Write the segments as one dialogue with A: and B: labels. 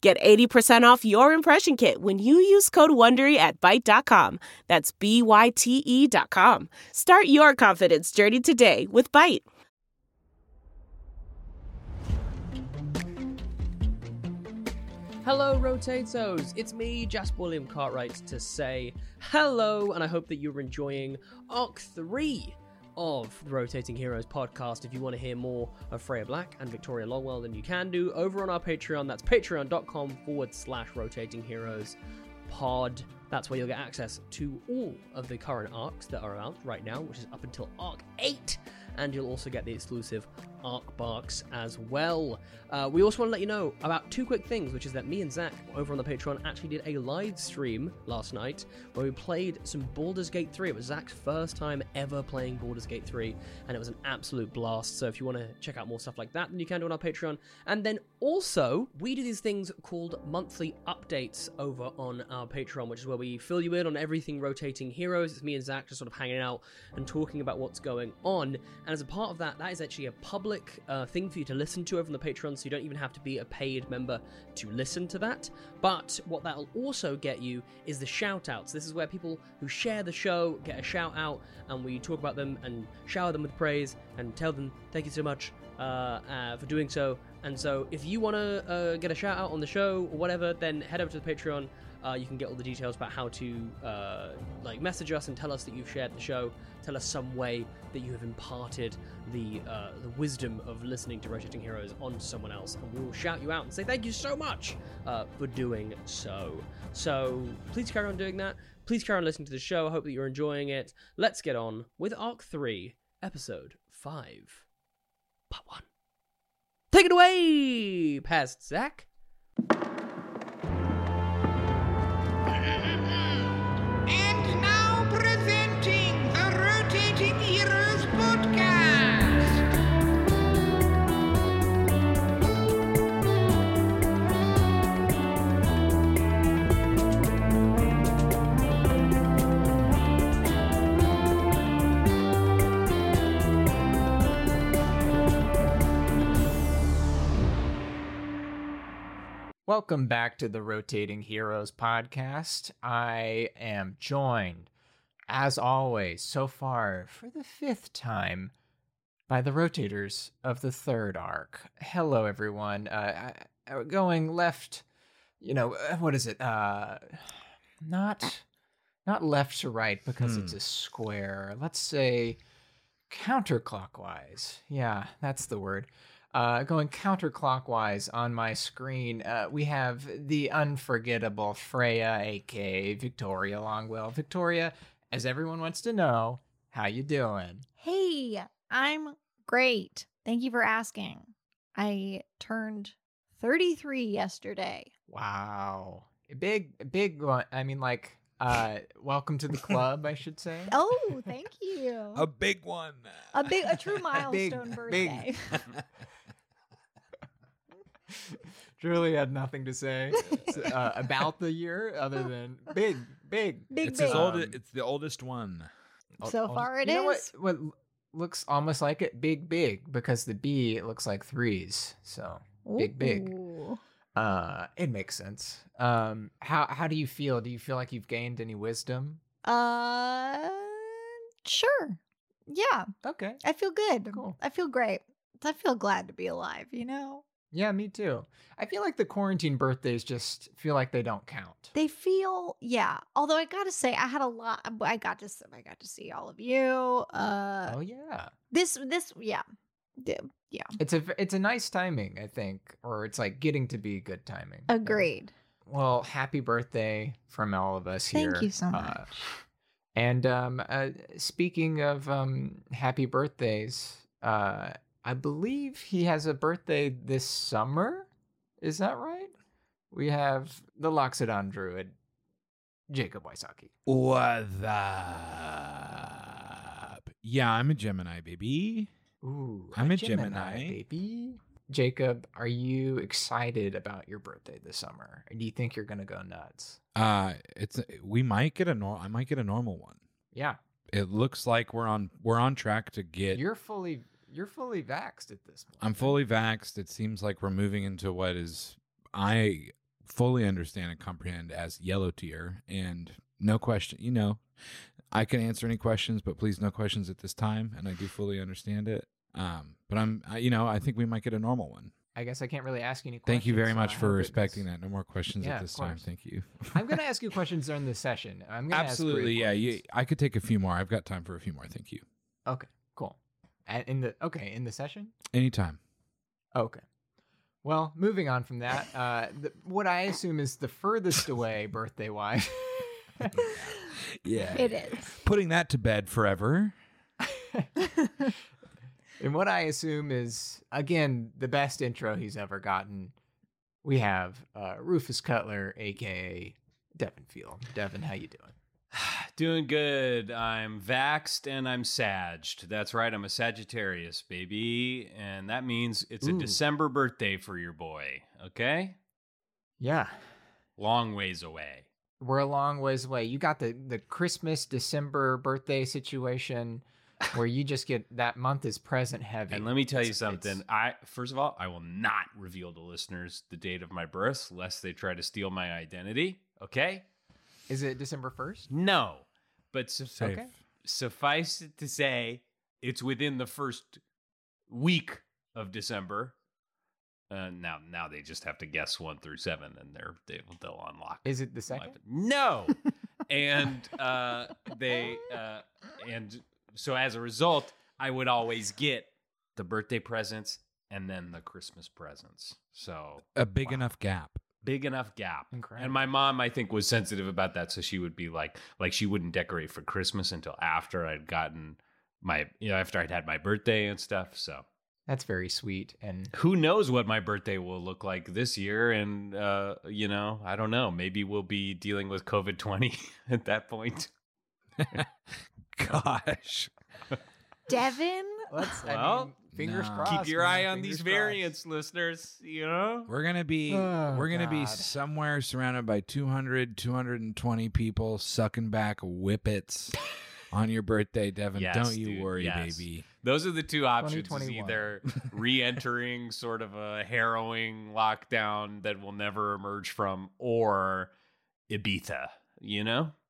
A: Get 80% off your impression kit when you use code WONDERY at Byte.com. That's B-Y-T-E E dot com. Start your confidence journey today with Byte.
B: Hello, Rotatos! It's me, Jasper William Cartwright, to say hello, and I hope that you're enjoying Arc 3 of the Rotating Heroes podcast. If you want to hear more of Freya Black and Victoria Longwell, then you can do over on our Patreon. That's patreon.com forward slash rotating heroes pod. That's where you'll get access to all of the current arcs that are out right now, which is up until arc 8. And you'll also get the exclusive arc barks as well. Uh, we also want to let you know about two quick things, which is that me and Zach over on the Patreon actually did a live stream last night where we played some Baldur's Gate 3. It was Zach's first time ever playing Baldur's Gate 3, and it was an absolute blast. So if you want to check out more stuff like that, then you can do on our Patreon. And then also, we do these things called monthly updates over on our Patreon, which is where we fill you in on everything rotating heroes. It's me and Zach just sort of hanging out and talking about what's going on. And as a part of that, that is actually a public uh, thing for you to listen to over on the Patreon, so you don't even have to be a paid member to listen to that. But what that'll also get you is the shout outs. This is where people who share the show get a shout out, and we talk about them and shower them with praise and tell them thank you so much uh, uh, for doing so. And so, if you want to uh, get a shout out on the show or whatever, then head over to the Patreon. Uh, you can get all the details about how to uh, like message us and tell us that you've shared the show. Tell us some way that you have imparted the uh, the wisdom of listening to Rotating Heroes onto someone else, and we will shout you out and say thank you so much uh, for doing so. So please carry on doing that. Please carry on listening to the show. I hope that you're enjoying it. Let's get on with Arc Three, Episode Five, Part One. Take it away, past Zach.
C: And now presenting the Rotating Heroes Podcast.
D: Welcome back to the Rotating Heroes podcast. I am joined, as always, so far for the fifth time, by the rotators of the third arc. Hello, everyone. Uh, I- I- going left, you know, uh, what is it? Uh, not, not left to right because it's a square. Let's say counterclockwise. Yeah, that's the word. Uh, going counterclockwise on my screen, uh, we have the unforgettable Freya, aka Victoria Longwell. Victoria, as everyone wants to know, how you doing?
E: Hey, I'm great. Thank you for asking. I turned 33 yesterday.
D: Wow, A big, a big one. I mean, like, uh, welcome to the club, I should say.
E: Oh, thank you.
F: A big one.
E: A big, a true
D: big-
E: milestone
D: big-
E: birthday.
D: Truly had nothing to say uh, about the year other than big, big.
E: Big,
F: it's
E: big.
F: his old.
D: Um,
F: It's the oldest one.
G: Oh,
D: Al-
E: So
D: almost-
E: far it
D: you know what-
E: is.
D: What, l- looks almost like it? Big, big, because the B looks like threes. So big, big.
E: Ooh.
D: uh, it makes sense. Um, how, how do you feel? Do you feel like you've gained any wisdom?
E: Uh, sure. Yeah,
D: Okay.
E: I feel good.
D: Cool.
E: I feel great. I feel glad to be alive, you know?
D: Yeah, me too. I feel like the quarantine birthdays just feel like they don't count.
E: They feel, yeah. Although I gotta say, I had a lot. uh, I got to, s- I got to see all of you. Uh,
D: oh yeah.
E: this, this, yeah, D-
D: It's a v- it's a nice timing, I think, or it's like getting to be good timing. Yeah.
E: agreed.
D: Well, happy birthday from all of us here.
E: Thank you so
D: Uh,
E: much.
D: and um, uh, speaking of um, happy birthdays, uh, I believe he has a birthday this summer. Is that right? We have the Loxodon Druid Jacob Wysocki.
G: What up? Yeah, I'm a Gemini, baby.
D: Ooh,
G: I'm a Gemini.
D: baby. Jacob, are you excited about your birthday this summer? Or do you think you're gonna go nuts?
G: Uh, it's we might get a normal. I might get a normal one.
D: Yeah,
G: It looks like we're on we're on track to get.
D: you're fully you're fully vaxxed at this point.
G: I'm fully vaxxed. It seems like we're moving into what is I fully understand and comprehend as yellow tier, and no question. You know, I can answer any questions, but please no questions at this time. And I do fully understand it. Um, but I'm, I, you know, I think we might get a normal one.
D: I guess I can't really ask you any.
G: Thank you
D: questions,
G: very
D: so
G: much
D: I
G: for
D: hope it's-
G: respecting that. No more questions
D: Yeah,
G: at
D: of
G: this time.
D: course.
G: Thank you.
D: I'm gonna ask you questions during this session. I'm gonna ask three
G: Absolutely, yeah. You,
D: questions.
G: I could take a few more. I've got time for a few more. Thank you.
D: Okay, cool. And in the okay in the session.
G: Anytime.
D: Okay. Well, moving on from that, uh, the, what I assume is the furthest away birthday wise.
G: Yeah.
E: It is.
G: Putting that to bed forever.
D: and what I assume is, again, the best intro he's ever gotten. We have uh, Rufus Cutler, aka Devin Field. Devin, how you doing?
H: Doing good. I'm vaxxed and I'm sagged. That's right. I'm a Sagittarius, baby. And that means it's
D: Ooh.
H: a December birthday for your boy. Okay?
D: Yeah,
H: Long ways away.
D: we're a long ways away. You got the the Christmas December birthday situation, where you just get that month is present heavy.
H: And let me tell you
D: It's- it's-
H: something. I first of all, I will not reveal to listeners the date of my birth lest they try to steal my identity. Okay?
D: Is it December first?
H: No. But suf-
G: Safe.
D: Okay.
H: suffice it to say, it's within the first week of December. Uh, now, now they just have to guess one through seven, and they're they, they'll unlock.
D: Is it the
H: my-
D: second?
H: No, and uh, they uh, and so as a result, I would always get the birthday presents and then the Christmas presents. So
G: A big
H: Wow.
G: enough gap.
H: big enough gap.
D: Incredible.
H: And my mom, I think, was sensitive about that, so she would be like, like she wouldn't decorate for Christmas until after I'd gotten my, you know, after I'd had my birthday and stuff. So
D: That's very sweet. And
H: who knows what my birthday will look like this year? And uh, you know, I don't know. Maybe we'll be dealing with COVID twenty at that point.
G: Gosh.
E: Devin?
D: let's I
H: Well,
D: mean, fingers
G: no.
D: crossed.
H: Keep your eye
D: man,
H: on
D: fingers
H: these
D: crossed.
H: variants, listeners. You know,
G: We're going to be
D: Oh,
G: we're going to be
D: God.
G: somewhere surrounded by 200 220 people sucking back whippets on your birthday, Devin.
H: Yes,
G: Don't you
H: dude,
G: worry,
H: yes.
G: baby.
H: those are the two options: is
D: 2021.
H: either re-entering sort of a harrowing lockdown that we'll never emerge from, or Ibiza. You know,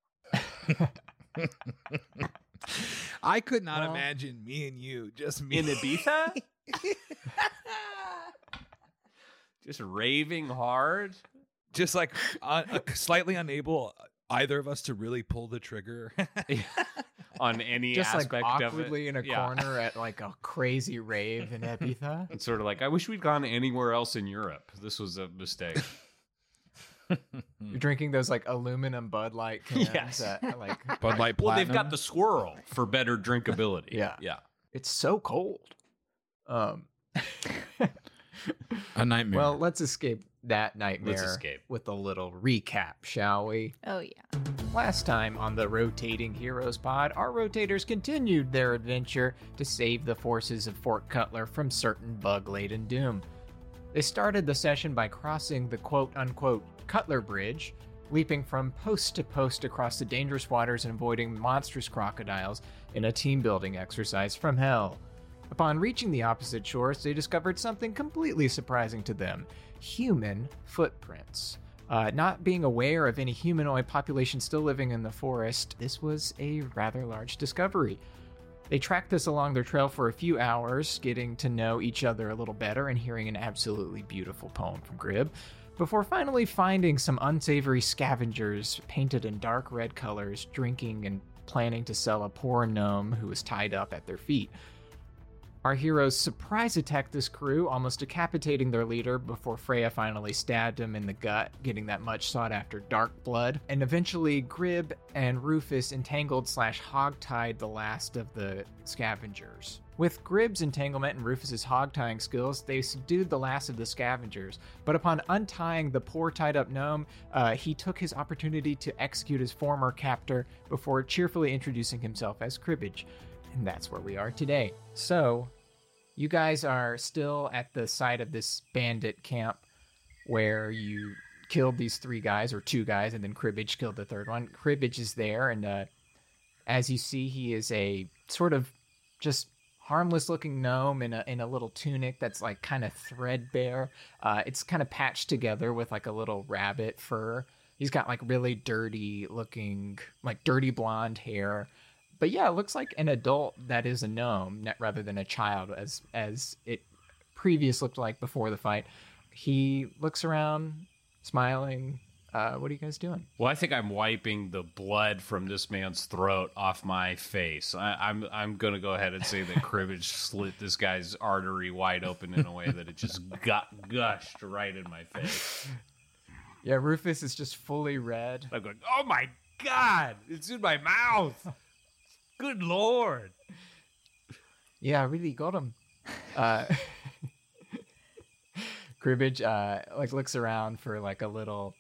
G: I could not
D: Well-
G: imagine me and you, just me
H: in Ibiza, just raving hard.
G: just like uh, uh, slightly unable uh, either of us to really pull the trigger.
H: on any
D: Just like
H: aspect
D: awkwardly in
H: of it.
D: a
H: Yeah.
D: corner at like a crazy rave in Epitha.
H: It's sort of like I wish we'd gone anywhere else in Europe. This was a mistake.
D: You're drinking those like aluminum Bud Light cans.
H: Hmm. Yes.
D: At, like
G: Bud Light
H: well, they've got the swirl for better drinkability.
D: Yeah.
H: yeah.
D: it's so cold. Um.
G: a nightmare.
D: well, let's escape that nightmare.
H: escape.
D: with a little recap, shall we?
E: Oh, yeah.
D: Last time on the Rotating Heroes Pod, our rotators continued their adventure to save the forces of Fort Cutler from certain bug laden doom. They started the session by crossing the quote unquote Cutler Bridge, leaping from post to post across the dangerous waters and avoiding monstrous crocodiles in a team building exercise from hell. Upon reaching the opposite shores, they discovered something completely surprising to them human footprints. Uh, not being aware of any humanoid population still living in the forest, this was a rather large discovery. They tracked this along their trail for a few hours, getting to know each other a little better and hearing an absolutely beautiful poem from Grib, before finally finding some unsavory scavengers painted in dark red colors, drinking and planning to sell a poor gnome who was tied up at their feet. Our heroes surprise attack this crew, almost decapitating their leader before Freya finally stabbed him in the gut, getting that much sought after dark blood. And eventually, Grib and Rufus entangled slash hogtied the last of the scavengers. With Grib's entanglement and Rufus's hog tying skills, they subdued the last of the scavengers. But upon untying the poor tied up gnome, uh, he took his opportunity to execute his former captor before cheerfully introducing himself as Cribbage. And that's where we are today. So, you guys are still at the site of this bandit camp where you killed these three guys or two guys and then cribbage killed the third one cribbage is there and uh, as you see he is a sort of just harmless looking gnome in a, in a little tunic that's like kind of threadbare uh, it's kind of patched together with like a little rabbit fur he's got like really dirty looking like dirty blonde hair but yeah, it looks like an adult that is a gnome net- rather than a child, as as it previous looked like before the fight. He looks around, smiling. Uh, what are you guys doing?
H: Well, I think I'm wiping the blood from this man's throat off my face. I, I'm I'm gonna go ahead and say that cribbage slit this guy's artery wide open in a way that it just got gushed right in my face.
D: Yeah, Rufus is just fully red.
H: I'm going, oh my god, it's in my mouth. Good lord.
D: Yeah, I really got him. Uh, cribbage uh, like looks around for like a little.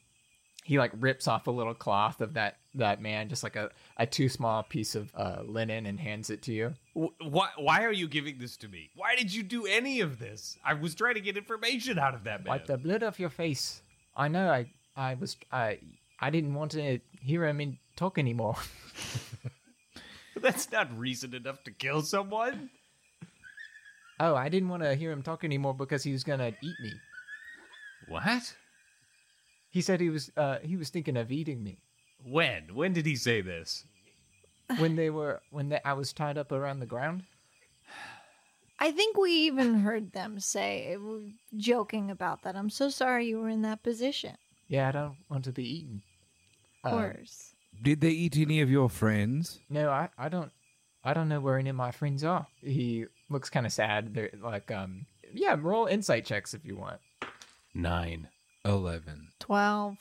D: He like rips off a little cloth of that that man, just like a a too small piece of uh, linen, and hands it to you.
H: Wh- Why, why are you giving this to me? Why did you do any of this? I was trying to get information out of that man.
D: Wipe the blood off your face. I know. I I was I I didn't want to hear him in talk anymore.
H: That's not reason enough to kill someone.
D: Oh, I didn't want to hear him talk anymore because he was gonna eat me.
H: What?
D: He said he was uh, he was thinking of eating me
H: When? When did he say this?
D: when they were when they, I was tied up around the ground.
E: I think we even heard them say, we're joking about that. I'm so sorry you were in that position.
D: Yeah, I don't want to be eaten.
E: Of
D: Um,
E: course.
F: Did they eat any of your friends?
D: No, I, I don't I don't know where any of my friends are. He looks kind of sad. They're like um yeah, roll insight checks if you want.
H: Nine.
F: 11.
E: 12.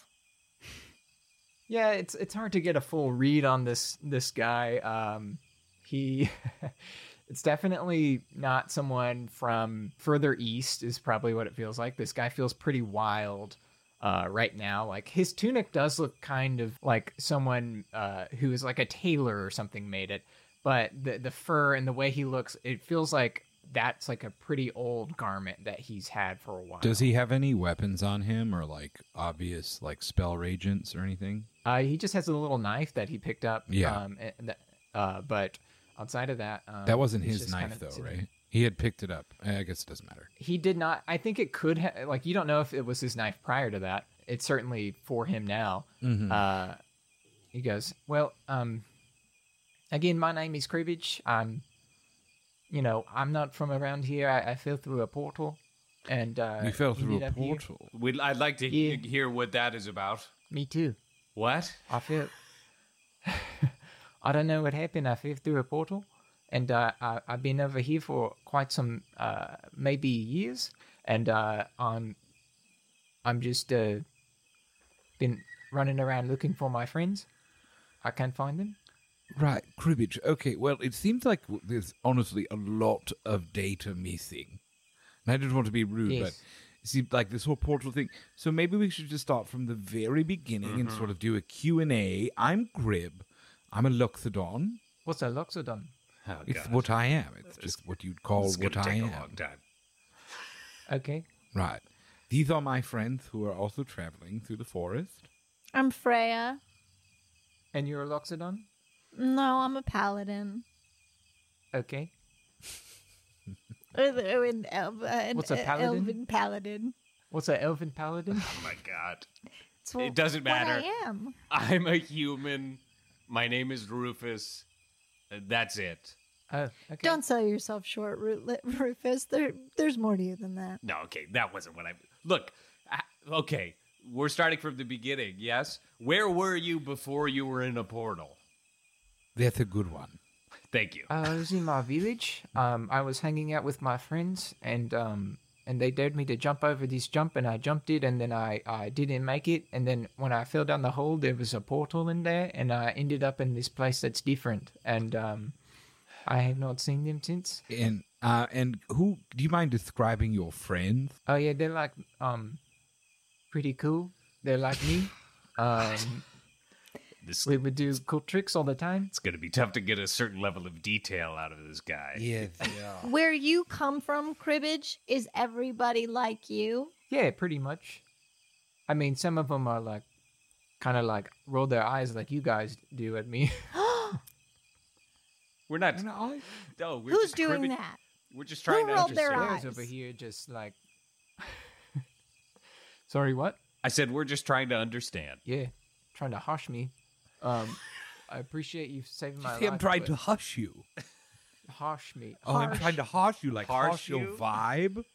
D: Yeah, it's it's hard to get a full read on this this guy. Um, he, it's definitely not someone from further east. Is probably what it feels like. This guy feels pretty wild. Uh, right now, like his tunic does look kind of like someone uh, who is like a tailor or something made it, but the the fur and the way he looks, it feels like that's like a pretty old garment that he's had for a while.
F: Does he have any weapons on him or like obvious like spell regents or anything?
D: Uh, he just has a little knife that he picked up.
F: Yeah.
D: Um, and th- uh, but outside of that, um,
F: That wasn't
D: he's
F: his
D: just
F: knife
D: kind of
F: though,
D: sitting-
F: right? He had picked it up. Eh, I guess it doesn't matter.
D: He did not. I think it could ha- like you don't know if it was his knife prior to that. It's certainly for him now.
F: Mm-hmm.
D: Uh, he goes, well, um, again, my name is Kribbage. I'm, you know, I'm not from around here. I, I fell through a portal, and uh,
F: you fell through
D: ended
F: a
D: up here."
F: portal.
H: We'd, I'd like to
D: Yeah.
H: he- hear what that is about.
D: Me too.
H: What?
D: I feel. I don't know what happened. I fell through a portal, and uh, I, I've been over here for quite some, uh, maybe years, and uh, I'm, I'm just uh, been running around looking for my friends. I can't find them.
F: Right, cribbage. Okay, well, it seems like w- there's honestly a lot of data missing. And I didn't want to be rude, but
D: Yes.
F: it seemed like this whole portal thing. So maybe we should just start from the very beginning and sort of do a Q&A. I'm Grib. I'm a Loxodon.
D: What's a loxodon?
H: Oh,
F: It's
H: God.
F: what I am. It's just what you'd call
H: This is
F: what
H: gonna
F: I
H: take
F: am.
H: a long time.
D: Okay.
F: Right. These are my friends who are also traveling through the forest.
E: I'm Freya.
D: And you're a loxodon?
E: No, I'm a paladin.
D: Okay.
E: Uh, uh, an elf- uh, an
D: What's a
E: e-
D: paladin?
E: Elven paladin.
D: What's an elven paladin?
H: Oh my god.
E: It's wh-
H: It doesn't matter.
E: What I am.
H: I'm a human. My name is Rufus. Uh, That's it.
D: Oh, okay.
E: Don't sell yourself short, Ru- Rufus. There, there's more to you than that.
H: No, okay, that wasn't what I. Look, I, okay, we're starting from the beginning. Yes, where were you before you were in a portal?
F: That's a good one.
H: Thank you.
D: Uh, I was in my village. Um, I was hanging out with my friends, and um, and they dared me to jump over this jump, and I jumped it, and then I, I didn't make it, and then when I fell down the hole, there was a portal in there, and I ended up in this place that's different, and um, I have not seen them since.
F: And uh, and who do you mind describing your friends?
D: Oh yeah, they're like um, pretty cool. They're like me. Um,
H: This
D: we would do cool tricks all the time.
H: it's going to be tough to get a certain level of detail out of this guy.
F: Yeah, they are.
E: Where you come from, cribbage, is everybody like you?
D: Yeah, pretty much. I mean, some of them are like, kind of like roll their eyes like you guys do at me.
H: We're not.
F: And I-
H: No, we're
E: Who's
H: just
E: doing
H: cribbage-
E: that?
H: We're just trying to
E: rolled their
H: understand.
E: eyes?
D: Sarah's over here just like. Sorry, what?
H: I said we're just trying to understand.
D: Yeah, trying to hush me. Um, I appreciate you saving my life.
F: I'm trying
D: but
F: to hush you.
D: hush me.
F: Oh, I'm trying to hush you, like
H: Harsh
F: harsh, your
H: you?
F: vibe.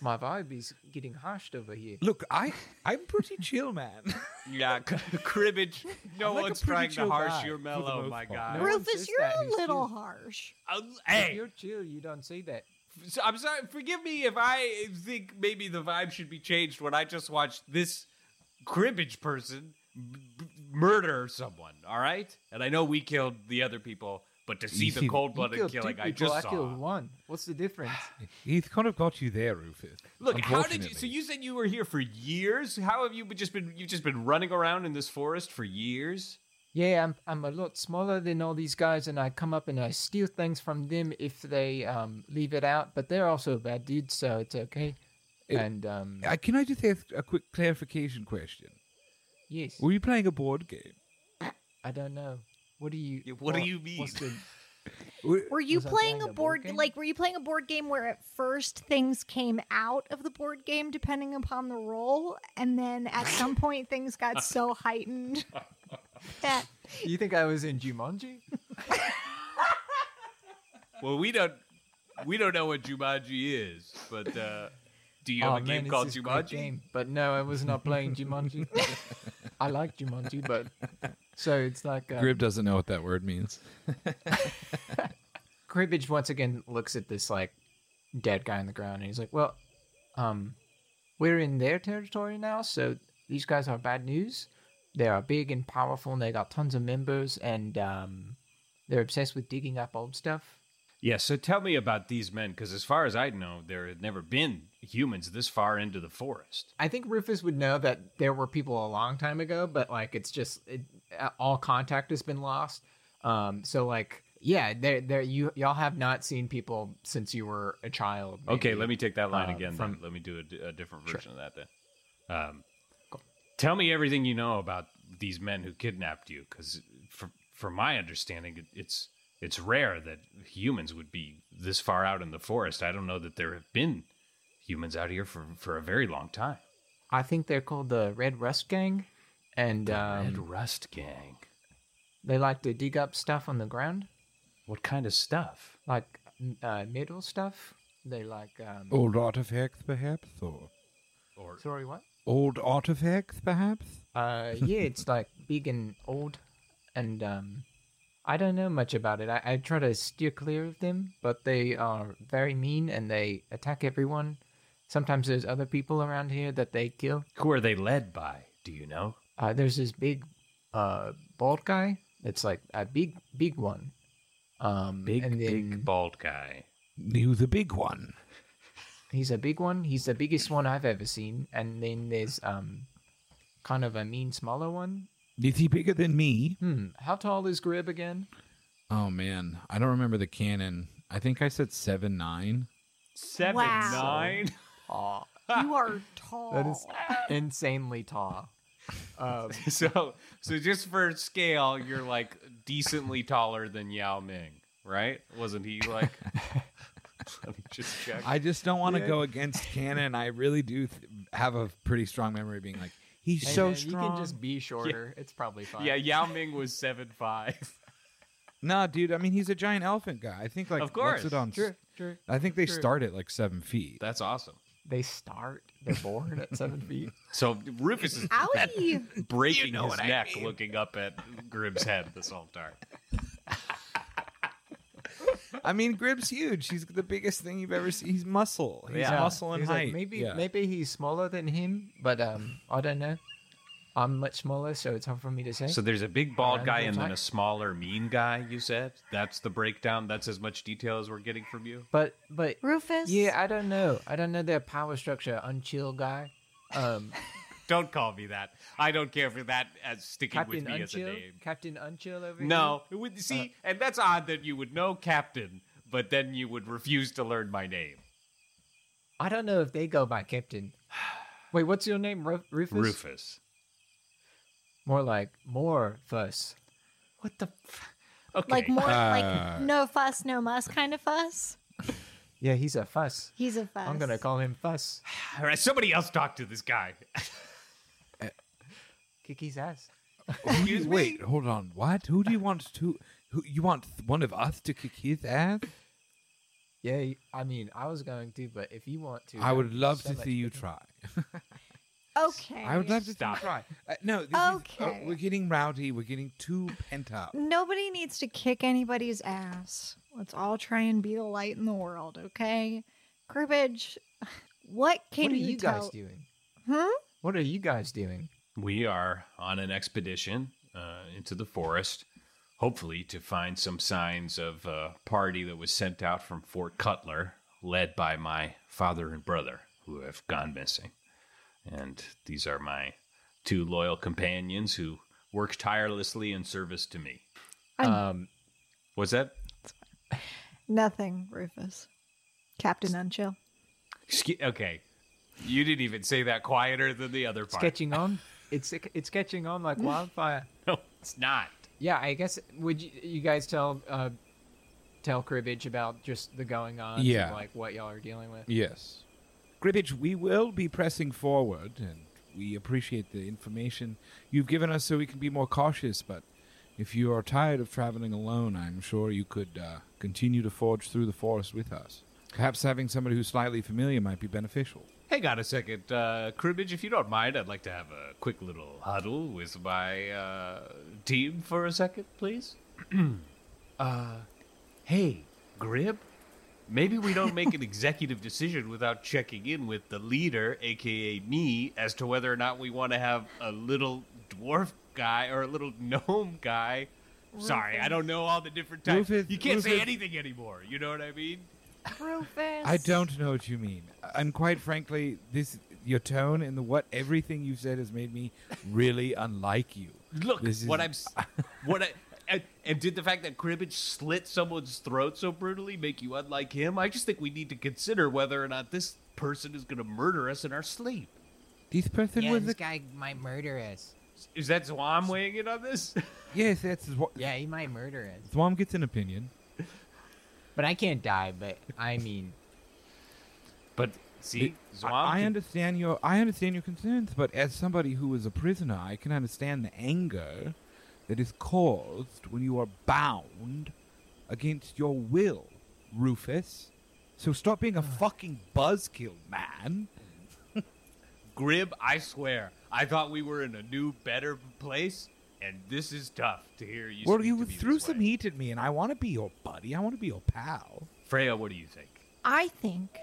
D: My vibe is getting hushed over here.
F: Look, I I'm pretty chill, man.
H: Yeah, c- cribbage. No
F: I'm like a
H: one's
F: pretty
H: trying to
F: chill
H: harsh
F: guy,
H: your
F: for the
H: mellow,
F: most
H: my
F: part.
H: guy.
D: No one
E: Rufus,
D: says
E: you're
D: that.
E: a
D: He's
E: little
D: cute.
E: harsh.
H: I'll-
D: If
H: hey,
D: you're chill, you don't say that.
H: so- I'm sorry. Forgive me if I think maybe the vibe should be changed when I just watched this cribbage person b- b- murder someone. All right, and I know we killed the other people, but to see the
F: You
H: cold
D: you
H: blooded
D: killed two
H: killing I
D: people,
H: just
D: I killed
H: saw.
D: one. What's the difference?
F: He's kind of got you there, Rufus.
H: Look, how did you? So
F: Unfortunately.
H: you said you were here for years. How have you been- just been? You've just been running around in this forest for years.
D: yeah, I'm I'm a lot smaller than all these guys, and I come up and I steal things from them if they um leave it out. But they're also bad dudes, so it's okay.
F: It-
D: and um,
F: Uh, can I just ask a quick clarification question?
D: yes,
F: Were you playing a board game?
D: I don't know. What do you?
H: Yeah, what do you mean?
D: what's the-
F: Were-
E: Were you
D: Was I
E: playing, a board
D: game?
E: like were you playing a board game where at first things came out of the board game depending upon the role and then at some point things got so heightened that
D: you think I was in Jumanji?
H: Well, we don't we don't know what Jumanji is, but uh, do you have
D: Oh,
H: a game
D: man, it's
H: called
D: this great
H: Jumanji?
D: game. But no, I was not playing Jumanji. I like Jumanji, but so it's like uh,
F: Grib doesn't know what that word means.
D: Cribbage once again looks at this like dead guy on the ground and he's like, Well, um we're in their territory now, so these guys are bad news. They are big and powerful and they got tons of members and um they're obsessed with digging up old stuff.
H: Yeah. So tell me about these men, because as far as I know, there had never been humans this far into the forest.
D: I think Rufus would know that there were people a long time ago, but like it's just it, uh, all contact has been lost. Um, so like yeah, there there you y'all have not seen people since you were a child.
H: Okay,
D: maybe.
H: let me take that line
D: Um,
H: again.
D: from-
H: then. Let me do a d- a, different version of that then. Um, tell me everything you know about these men who kidnapped you, because from from my understanding, it, it's it's rare that humans would be this far out in the forest. I don't know that there have been humans out here for for a very long time.
D: I think they're called the Red Rust Gang, and
H: Red
D: um,
H: Rust Gang.
D: they like to dig up stuff on the ground,
H: What kind of stuff?
D: like n- uh, metal stuff. They like um,
F: Old artifacts, perhaps, or
H: Or
D: sorry what?
F: old artifacts, perhaps.
D: Uh, yeah, it's like big and old, and um, I don't know much about it. I, I try to steer clear of them, but they are very mean and they attack everyone. Sometimes there's other people around here that they kill.
H: who are they led by? Do you know?
D: Uh, there's this big, uh, bald guy. It's like a big, big one. Um,
H: Big,
D: and then-
H: big, bald guy.
F: He was a big one.
D: He's a big one. He's the biggest one I've ever seen. And then there's um, kind of a mean, smaller one.
F: Is he bigger than me?
D: Hmm. How tall is Grib again?
F: Oh man, I don't remember the canon. I think I said seven nine.
H: Seven
E: Wow.
H: nine.
D: Aw,
E: you are tall.
D: that is insanely tall. Um,
H: Uh, so so just for scale, you're like decently taller than Yao Ming, right? Wasn't he like? Let me just check.
F: I just don't want to go against canon. I really do th- have a pretty strong memory of being like he's
D: hey,
F: so
D: man,
F: strong.
D: You can just be shorter. It's probably fine.
H: yeah, Yao Ming was seven five.
F: Nah, dude. I mean, he's a giant elephant guy. I think like
H: Of course.
F: what's it on?
D: Sure, sure.
F: I think they
D: Sure.
F: start at like seven feet.
H: That's awesome.
D: They start. They're born at seven feet.
H: So Rufus is
E: Owie.
H: breaking his neck looking up at Grimm's head this whole time.
F: I mean, Grib's huge. He's the biggest thing you've ever seen. He's muscle. He's
H: Yeah.
F: muscle and
D: He's like,
F: height.
D: maybe,
F: Yeah.
D: maybe he's smaller than him, but um, I don't know. I'm much smaller, so it's hard for me to say.
H: So there's a big
D: Around
H: bald
D: the
H: guy and then
D: time.
H: a smaller mean guy. You said that's the breakdown. That's as much detail as we're getting from you.
D: but but
E: Rufus.
D: yeah, I don't know. I don't know their power structure. Unchill guy. Um,
H: Don't call me that. I don't care for that as sticking
D: Captain
H: with me as a
D: Unchill.
H: name.
D: Captain Unchill over here.
H: No, it would, see,
D: Uh.
H: and that's odd that you would know Captain, but then you would refuse to learn my name.
D: I don't know if they go by Captain. Wait, what's your name, Ru- Rufus?
H: Rufus.
D: More like more fuss.
H: What the? F- okay.
E: Like more
I: Uh,
E: like no fuss, no muss kind of fuss.
D: Yeah, he's a fuss.
E: He's a fuss.
D: I'm gonna call him fuss.
H: All right, somebody else talk to this guy.
D: Kick his ass.
I: Who do you-
H: Excuse me?
I: wait, hold on. What? Who do you want to? Who you want one of us to kick his ass?
D: Yeah, y- I mean, I was going to, but if you want to,
I: I would
D: I'm
I: love
D: so
I: to
D: much
I: see you
D: bigger.
I: try.
E: Okay.
I: I would love to see
H: Stop.
I: you try. Uh, no. This Is, uh,
E: Okay.
I: we're getting rowdy. We're getting too pent up.
E: Nobody needs to kick anybody's ass. Let's all try and be the light in the world, okay? Cribbage, what can
D: What are
E: you,
D: you
E: tell? Hmm?
D: guys doing?
E: Huh?
D: What are you guys doing?
H: We are on an expedition uh, into the forest, hopefully to find some signs of a party that was sent out from Fort Cutler, led by my father and brother, who have gone missing. And these are my two loyal companions who work tirelessly in service to me.
E: I'm-
D: Um,
H: Was that?
E: Nothing, Rufus. Captain Unchill.
H: Excu- Okay. You didn't even say that quieter than the other
D: it's
H: part.
D: catching on. It's it's catching on like wildfire.
H: No, it's not.
D: Yeah, I guess would you, you guys tell uh, tell cribbage about just the going on?
I: Yeah.
D: like what y'all are dealing with.
I: Yes. Gribbage, we will be pressing forward, and we appreciate the information you've given us so we can be more cautious. But if you are tired of traveling alone, I'm sure you could uh, continue to forge through the forest with us. Perhaps having somebody who's slightly familiar might be beneficial.
H: Hang on a second, uh, Cribbage. If you don't mind, I'd like to have a quick little huddle with my uh, team for a second, please. uh, hey, Grib. Maybe we don't make an executive decision without checking in with the leader, aka me, as to whether or not we want to have a little dwarf guy or a little gnome guy. Sorry, I don't know all the different types.
I: Rufus-
H: you can't say
I: Rufus-
H: anything anymore. You know what I mean?
E: Rufus.
I: I don't know what you mean. And quite frankly, this your tone and the what everything you've said has made me really unlike you.
H: Look,
I: This is-
H: what I'm, s- what I, and, and did the fact that Cribbage slit someone's throat so brutally make you unlike him? I just think we need to consider whether or not this person is going to murder us in our sleep.
I: This person
J: Yeah,
I: was
J: this
I: a,
J: guy might murder us.
H: Is that Zwam weighing in on this?
I: yes. That's what
J: Yeah, he might murder us.
I: Thwom gets an opinion.
J: But I can't die, but I mean,
H: But see, Zwam,
I: I, I
H: can-
I: understand your I understand your concerns, but as somebody who is a prisoner, I can understand the anger that is caused when you are bound against your will, Rufus. So stop being a fucking buzzkill, man.
H: Grib. I swear, I thought we were in a new, better place, and this is tough to hear you.
I: Well,
H: speak
I: you
H: to me
I: threw
H: this
I: some
H: way.
I: heat at me, and I want to be your buddy. I want to be your pal.
H: Freya, what do you think?
E: I think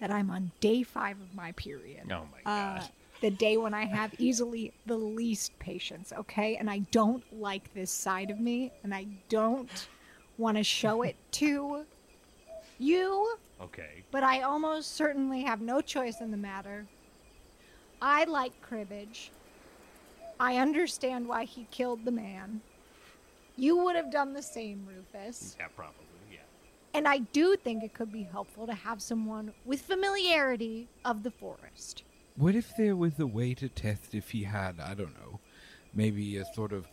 E: that I'm on day five of my period.
H: Oh my
E: Uh,
H: god.
E: the day when I have easily the least patience, okay? And I don't like this side of me, and I don't want to show it to you,
H: Okay.
E: but I almost certainly have no choice in the matter. I like cribbage. I understand why he killed the man. You would have done the same, Rufus.
H: Yeah, probably. Yeah.
E: And I do think it could be helpful to have someone with familiarity of the forest.
I: What if there was a way to test if he had, I don't know, maybe a sort of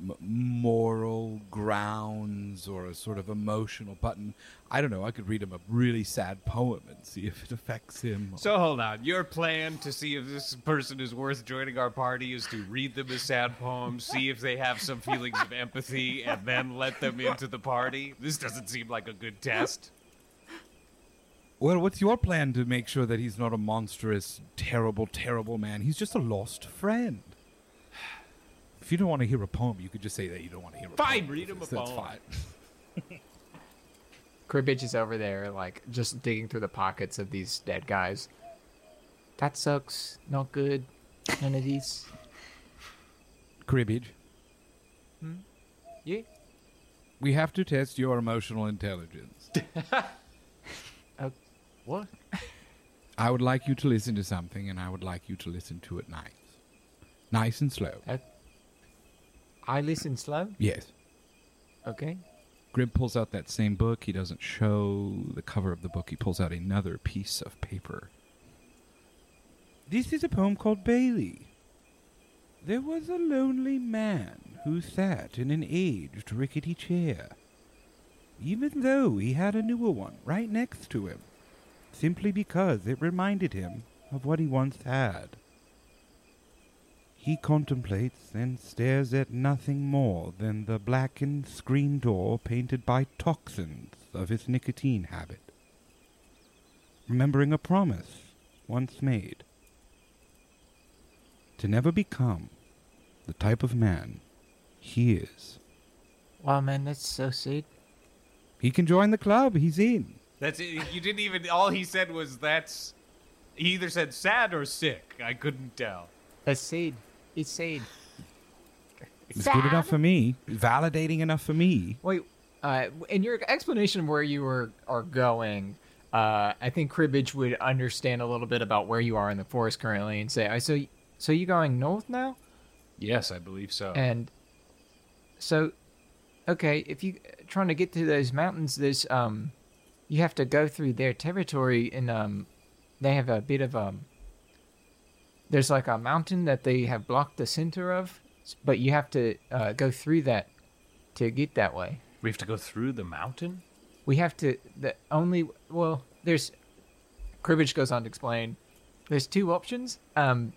I: m- moral grounds or a sort of emotional button? I don't know. I could read him a really sad poem and see if it affects him.
H: So hold on. Your plan to see if this person is worth joining our party is to read them a sad poem, see if they have some feelings of empathy, and then let them into the party. This doesn't seem like a good test.
I: well, what's your plan to make sure that he's not a monstrous, terrible, terrible man? He's just a lost friend. If you don't want to hear a poem, you could just say that you don't want to hear a poem.
H: Fine, read him a
I: That's
H: poem.
I: fine.
D: Cribbage is over there, like just digging through the pockets of these dead guys. That sucks. Not good. None of these.
I: Cribbage.
J: Hmm?
K: Yeah.
I: We have to test your emotional intelligence.
K: Uh, What?
I: I would like you to listen to something, and I would like you to listen to it nice, nice and slow.
K: Uh, I listen slow.
I: Yes.
K: Okay.
I: Grib pulls out that same book. He doesn't show the cover of the book. He pulls out another piece of paper. This is a poem called Bailey. There was a lonely man who sat in an aged rickety chair, even though he had a newer one right next to him, simply because it reminded him of what he once had. He contemplates and stares at nothing more than the blackened screen door painted by toxins of his nicotine habit, remembering a promise once made to never become the type of man he is.
K: Wow, man, that's so sweet.
I: He can join the club, he's in.
H: That's it. You didn't even. All he said was that's. He either said sad or sick. I couldn't tell.
D: That's sad. It's sad.
I: It's good enough for me, validating enough for me.
D: Wait, uh, in your explanation of where you were are going, uh, I think Cribbage would understand a little bit about where you are in the forest currently, and say, "I so so you going north now?"
H: Yes, I believe so.
D: And so, okay, if you trying to get to those mountains, there's um, you have to go through their territory, and um, they have a bit of um. There's like a mountain that they have blocked the center of, but you have to uh, go through that to get that way.
H: we have to go through the mountain.
D: we have to the only well there's cribbage goes on to explain there's two options um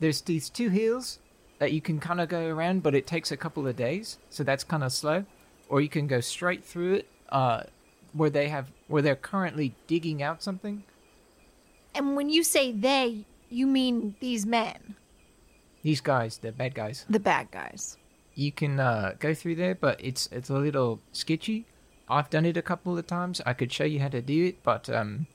D: there's these two hills that you can kind of go around but it takes a couple of days so that's kind of slow or you can go straight through it uh where they have where they're currently digging out something
E: And when you say they, you mean these men,
D: these guys the bad guys
E: the bad guys.
D: you can uh, go through there, but it's it's a little sketchy. I've done it a couple of times. I could show you how to do it, but um,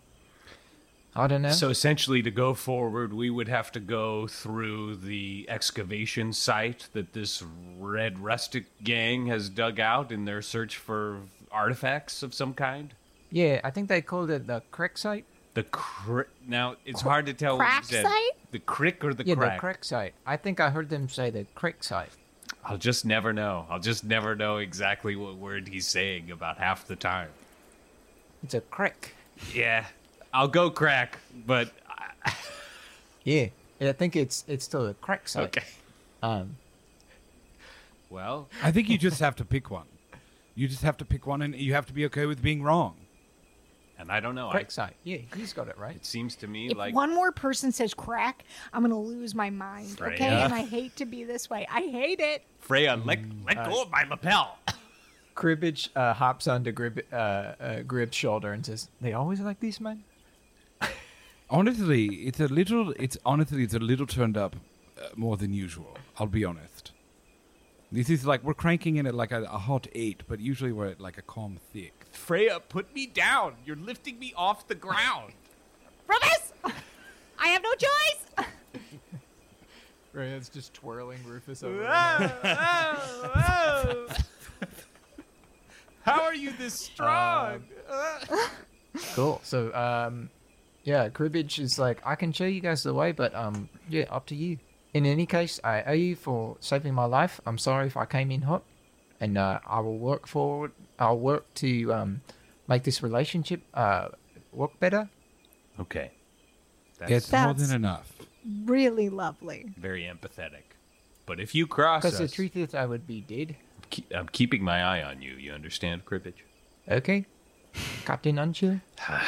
D: I don't know.
H: So essentially, to go forward, we would have to go through the excavation site that this red rustic gang has dug out in their search for artifacts of some kind.
D: yeah, I think they called it the crack site.
H: The cri- now it's hard to tell
E: crack
H: what you said.
E: site?
H: The crick or the
D: yeah,
H: crack?
D: the crack site. I think I heard them say the crack site.
H: I'll just never know. I'll just never know exactly what word he's saying about half the time.
D: It's a crack.
H: Yeah, I'll go crack, but
D: Yeah, I think it's it's still a crack site.
H: okay.
D: Um,
H: Well,
I: I think you just have to pick one. You just have to pick one, and you have to be okay with being wrong.
H: and I don't know. I,
D: crack site. Yeah, he's got it right.
H: it seems to me
E: If
H: like
E: one more person says crack, I'm gonna lose my mind.
H: Freya.
E: Okay, and I hate to be this way. I hate it.
H: Freya, let let go of my lapel.
D: Mm, uh, Cribbage uh, hops onto Grib uh, uh, Grib's shoulder and says, "They always like these men."
I: Honestly, it's a little. It's honestly, it's a little turned up uh, more than usual. I'll be honest. This is like we're cranking in at like a, a hot eight, but usually we're at like a calm six.
H: Freya, put me down. You're lifting me off the ground.
E: Brothers! I have no choice!
D: Right, it's just twirling Rufus Oh.
H: How are you this strong?
D: Cool. So, um, yeah, cribbage is like I can show you guys the way, but um, yeah, up to you. In any case, I owe you for saving my life. I'm sorry if I came in hot, and uh, I will work forward. I'll work to um, make this relationship uh, work better.
H: okay, that's
I: It's more
E: That's-
I: than enough.
E: really lovely.
H: very empathetic. But if you cross
D: Because
H: us,
D: the truth is, I would be dead.
H: keep, I'm keeping my eye on you. You understand, Cribbage?
D: Okay, Captain Unchill.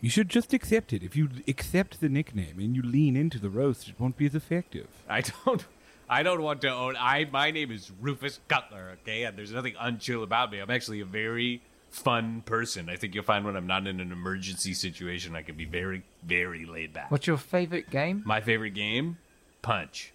I: You should just accept it. If you accept the nickname and you lean into the roast, it won't be as effective.
H: I don't. I don't want to own. I my name is Rufus Cutler. Okay, and there's nothing unchill about me. I'm actually a very fun person. I think you'll find when I'm not in an emergency situation, I can be very, very laid back.
D: What's your favorite game?
H: My favorite game, Punch.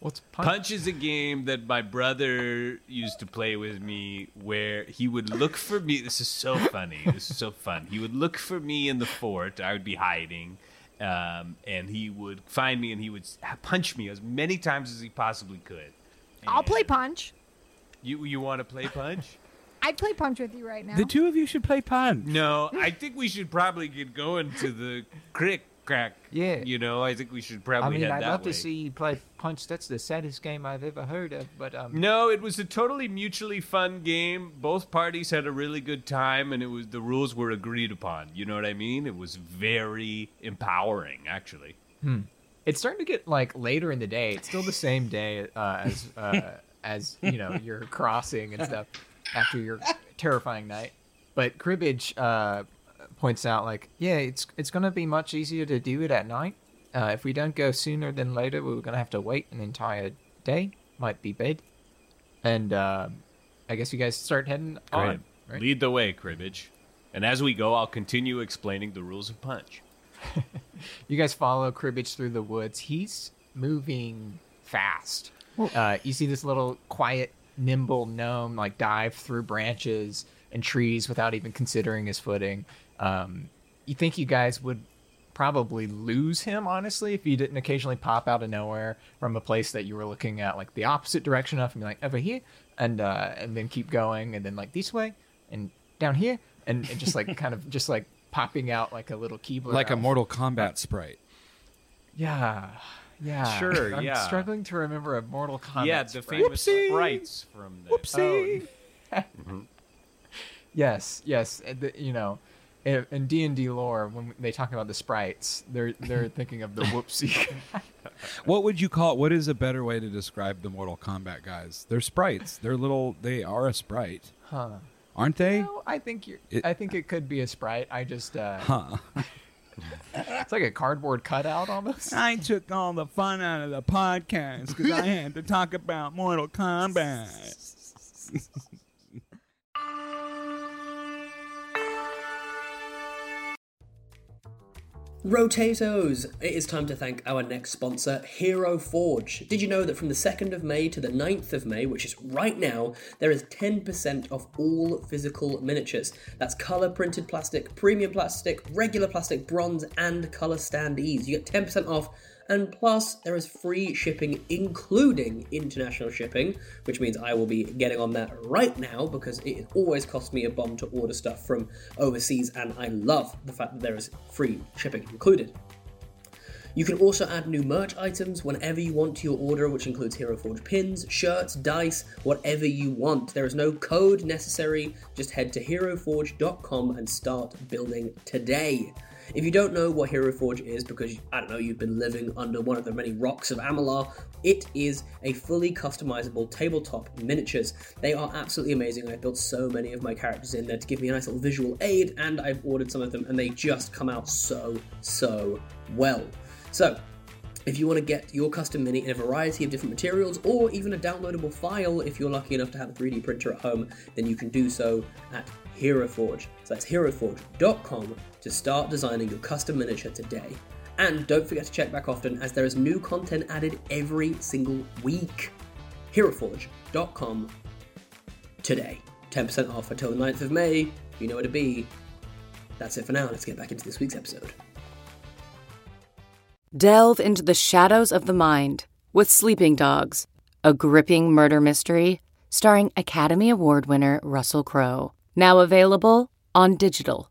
D: What's punch?
H: Punch is a game that my brother used to play with me where he would look for me. This is so funny. This is so fun. He would look for me in the fort. I would be hiding. um, and he would find me and he would s- punch me as many times as he possibly could.
E: I'll play
H: And-
E: punch.
H: You you want to play punch?
E: I'd play punch with you right now.
I: The two of you should play punch.
H: no, I think we should probably get going to the crick crack.
D: Yeah.
H: you know, I think we should
D: I
H: probably
D: mean,
H: head
D: I'd
H: that
D: love
H: way.
D: to see you play Punch. That's the saddest game I've ever heard of. But um,
H: No, it was a totally mutually fun game. Both parties had a really good time, and it was the rules were agreed upon. You know what I mean? It was very empowering, actually.
D: hmm. it's starting to get like later in the day. It's still the same day uh, as uh, as you know you're crossing and stuff after your terrifying night. But cribbage uh, points out like, yeah, it's it's gonna be much easier to do it at night. Uh, if we don't go sooner than later, we're gonna have to wait an entire day. Might be bed. And uh, I guess you guys start heading on. Right?
H: Lead the way, cribbage. And as we go, I'll continue explaining the rules of punch.
D: You guys follow Cribbage through the woods. He's moving fast. Uh, you see this little quiet, nimble gnome like dive through branches and trees without even considering his footing. Um, you think you guys would probably lose him, honestly, if you didn't occasionally pop out of nowhere from a place that you were looking at, like the opposite direction of, and be like over here, and uh, and then keep going, and then like this way, and down here, and, and just like kind of just like popping out like a little keyboard,
F: Like a Mortal Kombat sprite.
D: yeah. Yeah.
H: Sure,
D: I'm
H: yeah.
D: struggling to remember a Mortal Kombat.
H: yeah, the
D: sprite.
H: famous
F: Whoopsie!
H: sprites from the. Mm-hmm.
D: Oh. yes, yes. uh, the- you know, in in D and D lore, when they talk about the sprites, they're they're thinking of the whoopsie.
F: What would you call? What is a better way to describe the Mortal Kombat guys? They're sprites. They're little. They are a sprite,
D: huh.
F: aren't they?
D: No, I think you're.
F: It-
D: I think it could be a sprite. I just. Uh,
F: Huh.
D: It's like a cardboard cutout almost.
I: I took all the fun out of the podcast because I had to talk about Mortal Kombat.
B: Rotatos! It is time to thank our next sponsor, Hero Forge. Did you know that from the 2nd of May to the 9th of May, which is right now, there is 10% off all physical miniatures? That's colour printed plastic, premium plastic, regular plastic, bronze, and colour standees. You get 10% off, and plus, there is free shipping, including international shipping, which means I will be getting on that right now because it always costs me a bomb to order stuff from overseas, and I love the fact that there is free shipping included. You can also add new merch items whenever you want to your order, which includes Hero Forge pins, shirts, dice, whatever you want. There is no code necessary, just head to heroforge.com and start building today. If you don't know what Hero Forge is because, I don't know, you've been living under one of the many rocks of Amalar, it is a fully customizable tabletop miniatures. They are absolutely amazing. I've built so many of my characters in there to give me a nice little visual aid, and I've ordered some of them, and they just come out so, so well. So, if you want to get your custom mini in a variety of different materials or even a downloadable file, if you're lucky enough to have a 3D printer at home, then you can do so at HeroForge. So that's heroforge.com to start designing your custom miniature today. And don't forget to check back often as there is new content added every single week. HeroForge.com today. 10% off until the 9th of May. You know where to be. That's it for now. Let's get back into this week's episode.
L: Delve into the shadows of the mind with Sleeping Dogs, a gripping murder mystery starring Academy Award winner Russell Crowe. Now available on digital.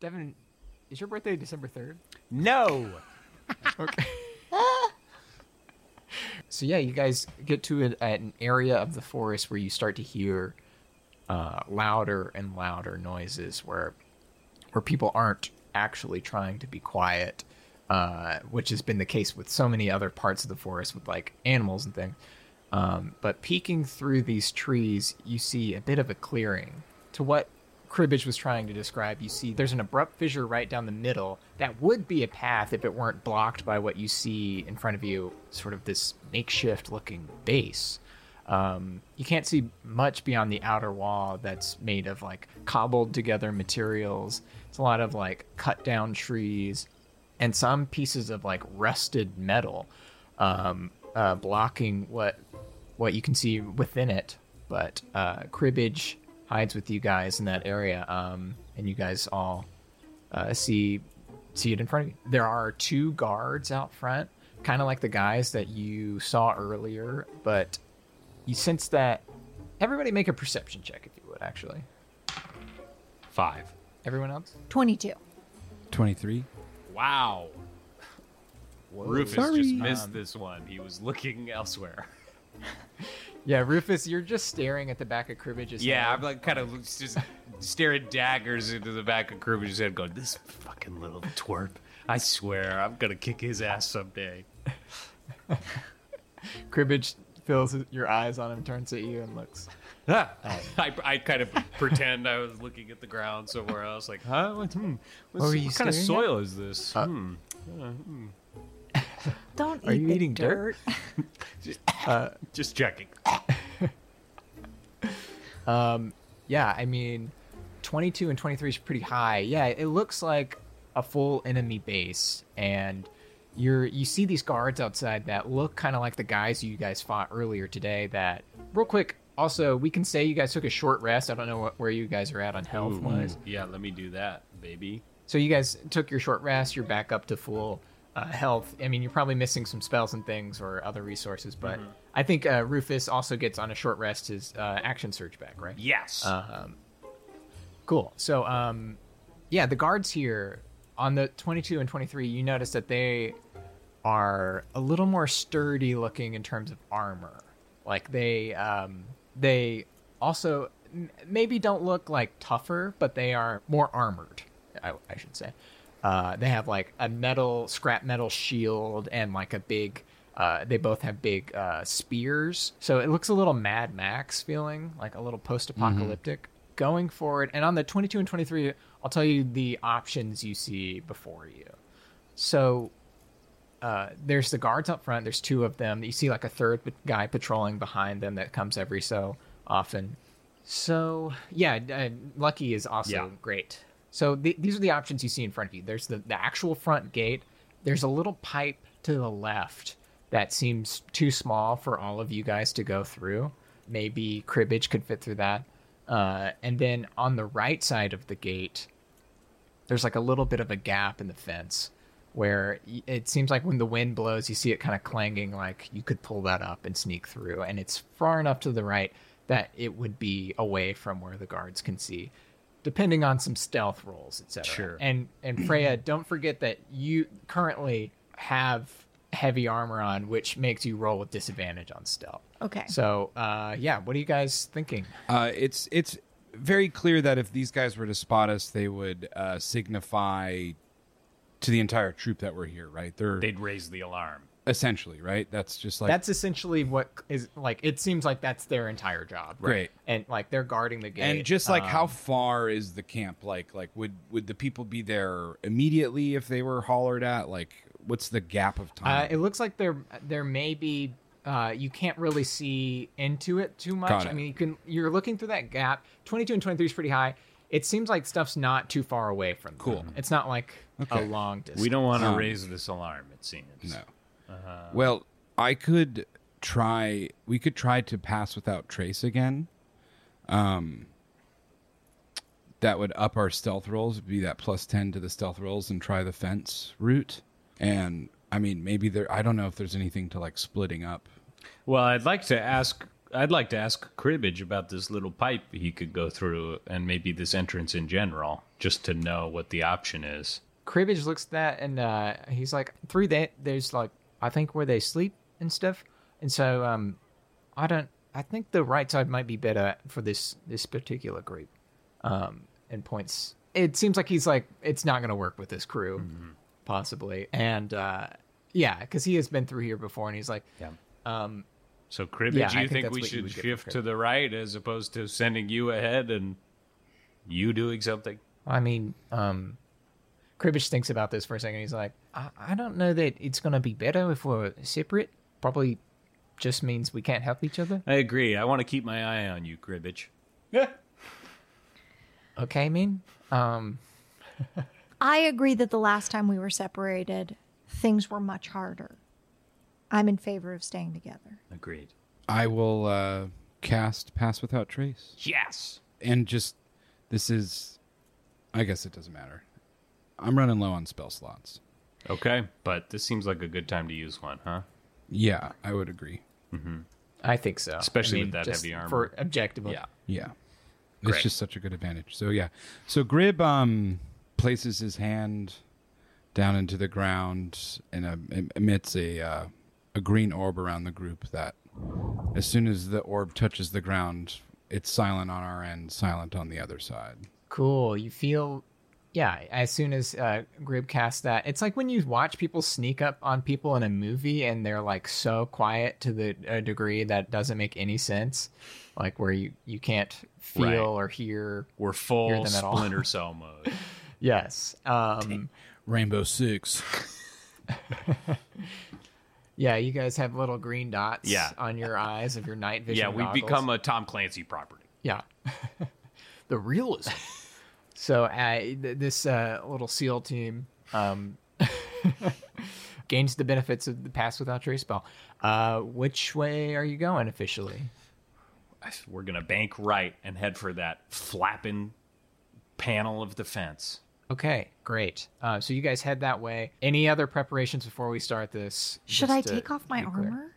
D: Devin, is your birthday December third?
H: No!
D: So yeah, you guys get to an, an area of the forest where you start to hear uh, louder and louder noises, where where people aren't actually trying to be quiet, uh, which has been the case with so many other parts of the forest with like animals and things. Um, but peeking through these trees, you see a bit of a clearing. To what Cribbage was trying to describe, you see there's an abrupt fissure right down the middle that would be a path if it weren't blocked by what you see in front of you, sort of this makeshift looking base. Um, you can't see much beyond the outer wall that's made of like cobbled together materials. It's a lot of like cut down trees and some pieces of like rusted metal um, uh, blocking what what you can see within it. But uh, cribbage hides with you guys in that area, um, and you guys all uh, see see it in front of you. There are two guards out front, kind of like the guys that you saw earlier, but you sense that everybody make a perception check if you would actually.
H: Five.
D: Everyone else?
E: 22.
F: 23.
H: Wow. Rufus
F: Sorry.
H: just missed this one. He was looking elsewhere.
D: Yeah, Rufus, you're just staring at the back of Cribbage's
H: Yeah,
D: head.
H: I'm like kind of just staring daggers into the back of Kruger's head, going, "This fucking little twerp! I swear, I'm gonna kick his ass someday."
D: Cribbage fills his- your eyes on him, turns at you, and looks.
H: Ah. I, I kind of pretend I was looking at the ground somewhere else, like, "Huh? What, hmm, what's-
D: were you
H: what kind of
D: staring at?
H: soil is this?
D: Uh,
H: hmm.
E: Don't
D: Are
E: eat
D: you
E: the
D: eating dirt?
H: Just checking."
D: Um, Yeah, I mean, 22 and 23 is pretty high. Yeah, it looks like a full enemy base, and you're you see these guards outside that look kind of like the guys you guys fought earlier today. That real quick. Also, we can say you guys took a short rest. I don't know what, where you guys are at on health wise.
H: Mm, Yeah, let me do that, baby.
D: So you guys took your short rest. You're back up to full uh, health. I mean, you're probably missing some spells and things or other resources, but
H: Mm-hmm.
D: I think uh, Rufus also gets on a short rest his uh, action surge back, right? Uh, um,
H: Yes.
D: Cool. So, um, yeah, the guards here on the 22 and 23, you notice that they are a little more sturdy looking in terms of armor. Like they, um, they also m- maybe don't look like tougher, but they are more armored. I, I should say. Uh, they have like a metal, scrap metal shield and like a big. Uh, they both have big uh, spears, so it looks a little Mad Max feeling, like a little post-apocalyptic going forward. And on the 22 and 23, I'll tell you the options you see before you. So uh, there's the guards up front. There's two of them. You see like a third p- guy patrolling behind them that comes every so often. So yeah, uh, Lucky is also
H: Yeah.
D: great. So th- these are the options you see in front of you. There's the, the actual front gate. There's a little pipe to the left that seems too small for all of you guys to go through. Maybe cribbage could fit through that. Uh, and then on the right side of the gate, there's like a little bit of a gap in the fence where y- it seems like when the wind blows you see it kind of clanging like you could pull that up and sneak through and it's far enough to the right that it would be away from where the guards can see depending on some stealth rolls etc
H: Sure.
D: and and freya don't forget that you currently have heavy armor on which makes you roll with disadvantage on stealth
E: Okay.
D: so uh yeah what are you guys thinking
F: Uh, it's it's very clear that if these guys were to spot us, they would uh, signify to the entire troop that we're here, right? They're
H: They'd raise the alarm.
F: essentially right. That's just like
D: that's essentially what is like it seems like that's their entire job right
F: Great.
D: and like they're guarding the gate
F: and just like
D: um,
F: how far is the camp? Like like would would the people be there immediately if they were hollered at? Like what's the gap of
D: Uh, it
F: time?
D: looks like there there may be uh, you can't really see into it too much.
F: Got it.
D: I mean, you can you're looking through that gap. Twenty two and twenty three is pretty high. It seems like stuff's not too far away from. Cool. It's not like a long distance.
H: We don't want to
F: Um,
H: raise this alarm. It seems.
F: no.
H: Uh-huh.
F: well, I could try. We could try to pass without trace again. Um. That would up our stealth rolls. Would be that plus ten to the stealth rolls, and try the fence route. And I mean, maybe there. I don't know if there's anything to like splitting up.
H: Well, I'd like to ask. I'd like to ask Cribbage about this little pipe he could go through, and maybe this entrance in general, just to know what the option is.
D: Cribbage looks at that and uh, he's like, through that, there's like, I think where they sleep and stuff. And so, um, I don't, I think the right side might be better for this this particular group. Um, and points. It seems like he's like, it's not going to work with this crew, possibly. And uh, yeah, because he has been through here before, and he's like,
H: Yeah.
D: um,
H: So, Cribbage,
D: Yeah,
H: you
D: I think
H: think,
D: that's
H: we
D: what you
H: should
D: would get for
H: shift to the right as opposed to sending you ahead and you doing something?
D: I mean, um, Cribbage thinks about this for a second. He's like, I, I don't know that it's going to be better if we're separate. Probably just means we can't help each other.
H: I agree. I want to keep my eye on you, Cribbage.
D: Okay, Min? Um,
E: I agree that the last time we were separated, things were much harder. I'm in favor of staying together.
H: Agreed.
F: I will uh, cast Pass Without Trace.
H: Yes.
F: And just, this is, I guess it doesn't matter. I'm running low on spell slots.
H: Okay, but this seems like a good time to use one, huh?
F: Yeah, I would agree.
D: I think so.
H: Mm-hmm. Especially
D: I
H: with
D: mean,
H: that
D: just
H: heavy armor.
D: For objectively.
H: Yeah.
F: Yeah.
H: Great.
F: It's just such a good advantage. So yeah. So Grib um places his hand down into the ground and um, em- emits a uh, a green orb around the group that as soon as the orb touches the ground, it's silent on our end, silent on the other side.
D: Cool. You feel, yeah. As soon as uh, Grib casts that, it's like when you watch people sneak up on people in a movie and they're like so quiet to the a degree that doesn't make any sense, like where you you can't feel
H: Right.
D: or hear.
H: We're full
D: them at all.
H: Splinter Cell mode.
D: Yes. Um.
F: Rainbow Six.
D: Yeah. You guys have little green dots.
H: Yeah.
D: On your eyes of your night vision.
H: yeah, we've
D: goggles.
H: become a Tom Clancy property.
D: Yeah. the realism. so uh, th- this uh, little SEAL team um, gains the benefits of the Pass Without Trace spell. Uh, which way are you going officially?
H: We're gonna bank right and head for that flapping panel of defense.
D: Okay, great. Uh, so you guys head that way. Any other preparations before we start this?
E: Should
D: Just
E: I
D: to
E: take off my
D: be clear.
E: armor?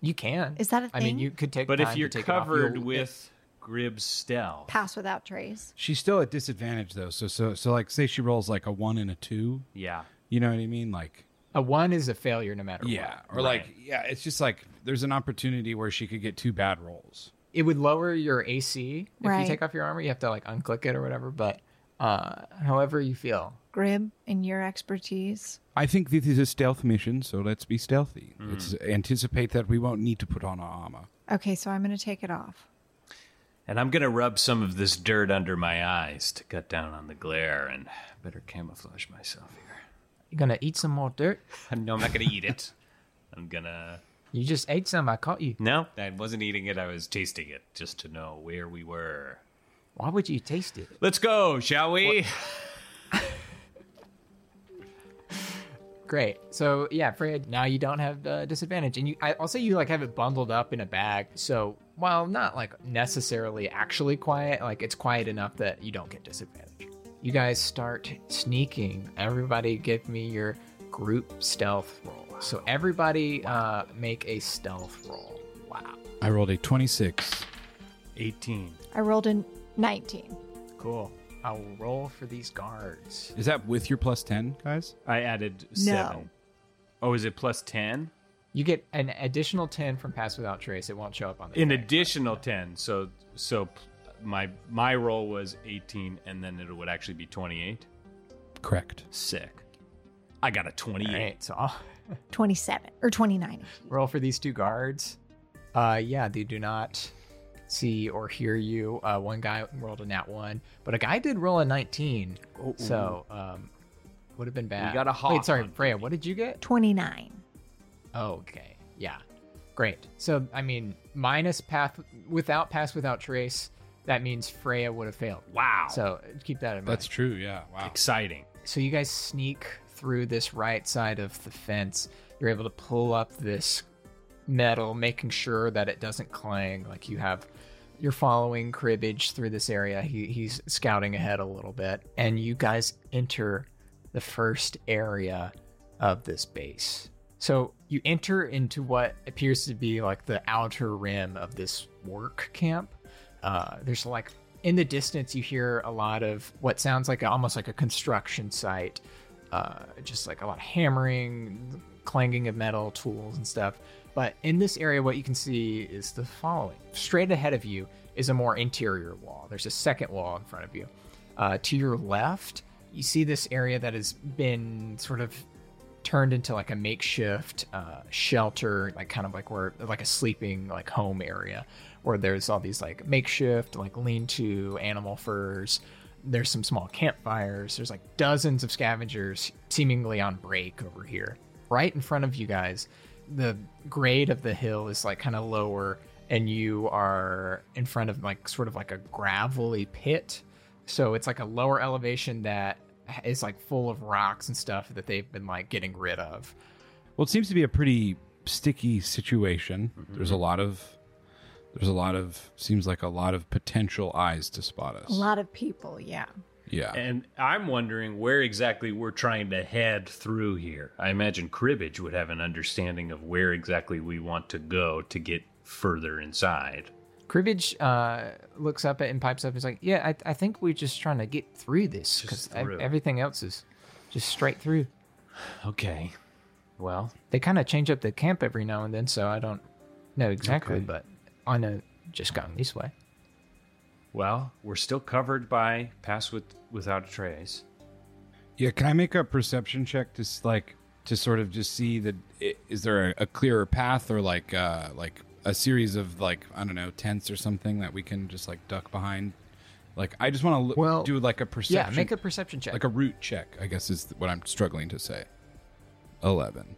D: You can.
E: Is that a
D: I mean,
E: thing?
D: you could take.
H: But
D: time
H: if
D: to
H: you're
D: take it off.
H: covered
D: You'll-
H: with Grib's stealth,
E: Pass without trace.
F: She's still at disadvantage though. So so so like say she rolls like a 1 and a 2,
H: yeah,
F: you know what I mean? Like
D: a one is a failure no matter what.
F: yeah, or like yeah, it's just like there's an opportunity where she could get two bad rolls.
D: it would lower your AC if you
E: Right.
D: take off your armor. You have to like unclick it or whatever. But uh, however you feel,
E: Grib, in your expertise,
F: I think this is a stealth mission, so let's be stealthy. Let's anticipate that we won't need to put on our armor.
E: Okay, so I'm going to take it off.
H: and I'm gonna rub some of this dirt under my eyes to cut down on the glare and better camouflage myself here.
D: you're gonna eat some more dirt.
H: No, I'm not gonna eat it. I'm gonna
D: You just ate some. I caught you.
H: no. I wasn't eating it. I was tasting it just to know where we were.
D: Why would you taste it?
H: Let's go, shall we?
D: Great. So yeah, Fred. Now you don't have uh, disadvantage, and you. I, I'll say you like have it bundled up in a bag. So while not like necessarily actually quiet, like it's quiet enough that you don't get disadvantage. You guys start sneaking. Everybody, give me your group stealth roll. So everybody, uh, make a stealth roll. Wow.
F: I rolled a 26.
H: 18.
E: I rolled a 19.
D: Cool. I'll roll for these guards.
F: Is that with your plus 10, guys?
H: I added
E: seven.
H: Oh, is it plus 10?
D: You get an additional 10 from Pass Without Trace. It won't show up on the
H: An
D: tag.
H: additional 10. So so p- my my roll was 18 and then it would actually be 28.
F: Correct.
H: Sick. I got a 28.
D: All right, so I'll
E: 27 or 29.
D: roll for these two guards. Uh, yeah, they do not see or hear you. Uh, one guy rolled a nat one, but a guy did roll a 19. So, um, would have been bad.
H: got a
D: Wait,
H: hawk
D: sorry,
H: on
D: Freya, what did you get?
E: 29.
D: Oh, okay. Yeah. Great. So, I mean, minus path without pass without trace, that means Freya would have failed.
H: Wow.
D: So, keep that in mind.
F: That's true, yeah. Wow.
H: Exciting.
D: so you guys sneak through this right side of the fence. You're able to pull up this metal, making sure that it doesn't clang. Like you have, you're following cribbage through this area. He, he's scouting ahead a little bit, and you guys enter the first area of this base. So you enter into what appears to be like the outer rim of this work camp. Uh, there's like in the distance you hear a lot of what sounds like almost like a construction site, uh, just like a lot of hammering, clanging of metal tools and stuff. But in this area, what you can see is the following: straight ahead of you is a more interior wall. There's a second wall in front of you. Uh, to your left, you see this area that has been sort of turned into like a makeshift uh, shelter, like kind of like where like a sleeping like home area where there's all these like makeshift like lean-to animal furs. There's some small campfires. There's like dozens of scavengers seemingly on break over here, right in front of you guys. The grade of the hill is like kind of lower, and you are in front of like sort of like a gravelly pit. So it's like a lower elevation that is like full of rocks and stuff that they've been like getting rid of.
F: Well, it seems to be a pretty sticky situation. There's a lot of there's a lot of seems like a lot of potential eyes to spot us.
E: A lot of people, yeah.
F: Yeah.
H: And I'm wondering where exactly we're trying to head through here. I imagine Cribbage would have an understanding of where exactly we want to go to get further inside.
D: Cribbage uh, looks up at and pipes up. He's like, "Yeah, I, I think we're just trying to get through this because
H: Just through.
D: everything else is just straight through."
H: Okay. Well,
D: They kind of change up the camp every now and then, so I don't know exactly,
H: Okay.
D: but I know just going this way.
H: well, we're still covered by Pass with, Without a Trace.
F: Yeah, can I make a perception check to s- like to sort of just see that i- is there a, a clearer path or like uh like a series of like I don't know tents or something that we can just like duck behind? Like I just want to look
D: Well,
F: do like a perception
D: Yeah, make a perception check.
F: like a route check, I guess is what I'm struggling to say. 11.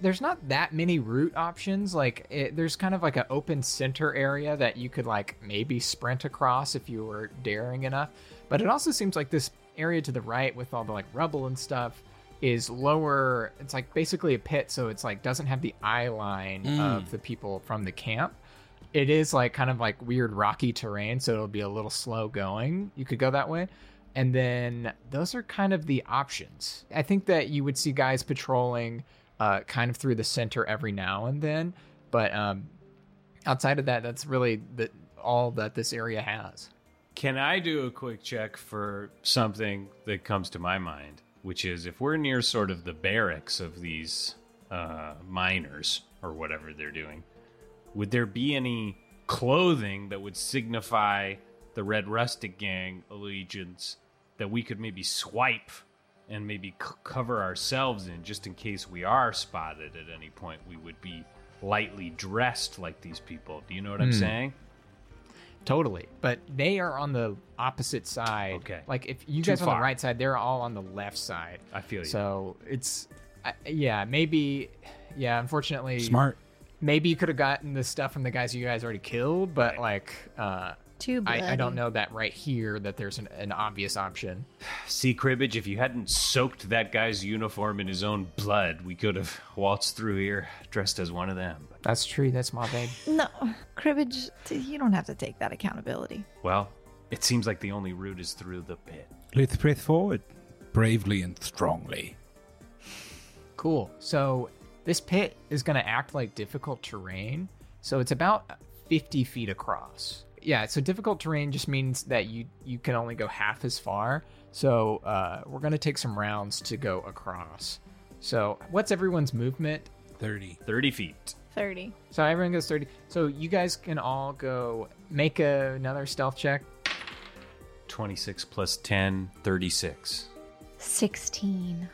D: there's not that many route options. Like it, there's kind of like an open center area that you could like maybe sprint across if you were daring enough. But it also seems like this area to the right with all the like rubble and stuff is lower. It's like basically a pit, so it's like doesn't have the eye line of the people from the camp. It is like kind of like weird rocky terrain, so it'll be a little slow going. You could go that way. And then those are kind of the options. I think that you would see guys patrolling uh, kind of through the center every now and then, but um, outside of that, that's really the, all that this area has.
H: Can I do a quick check for something that comes to my mind, which is if we're near sort of the barracks of these uh, miners or whatever they're doing, would there be any clothing that would signify the Red Rustic Gang allegiance that we could maybe swipe and maybe c- cover ourselves in just in case we are spotted at any point? We would be lightly dressed like these people. Do you know what I'm saying?
D: Hmm. Totally. But they are on the opposite side.
H: Okay.
D: Like if you
H: Too
D: guys are on
H: far.
D: the right side, they're all on the left side.
H: I feel you.
D: So it's, I, yeah, maybe, yeah, unfortunately.
F: Smart.
D: Maybe you could have gotten the stuff from the guys you guys already killed, but like, uh,
M: Too bloody.
D: I, I don't know that right here that there's an, an obvious option.
H: See, Cribbage, if you hadn't soaked that guy's uniform in his own blood, we could have waltzed through here dressed as one of them. But,
D: That's true. That's my bad.
M: No, cribbage. t- You don't have to take that accountability.
H: well, it seems like the only route is through the pit.
F: Let's press forward. Bravely and strongly.
D: Cool. So this pit is going to act like difficult terrain. So it's about 50 feet across. Yeah. So difficult terrain just means that you you can only go half as far. So uh, we're going to take some rounds to go across. So what's everyone's movement?
F: 30.
H: 30 feet.
M: 30.
D: So everyone goes 30. So you guys can all go make a, another stealth check.
H: 26 plus 10, 36.
M: 16.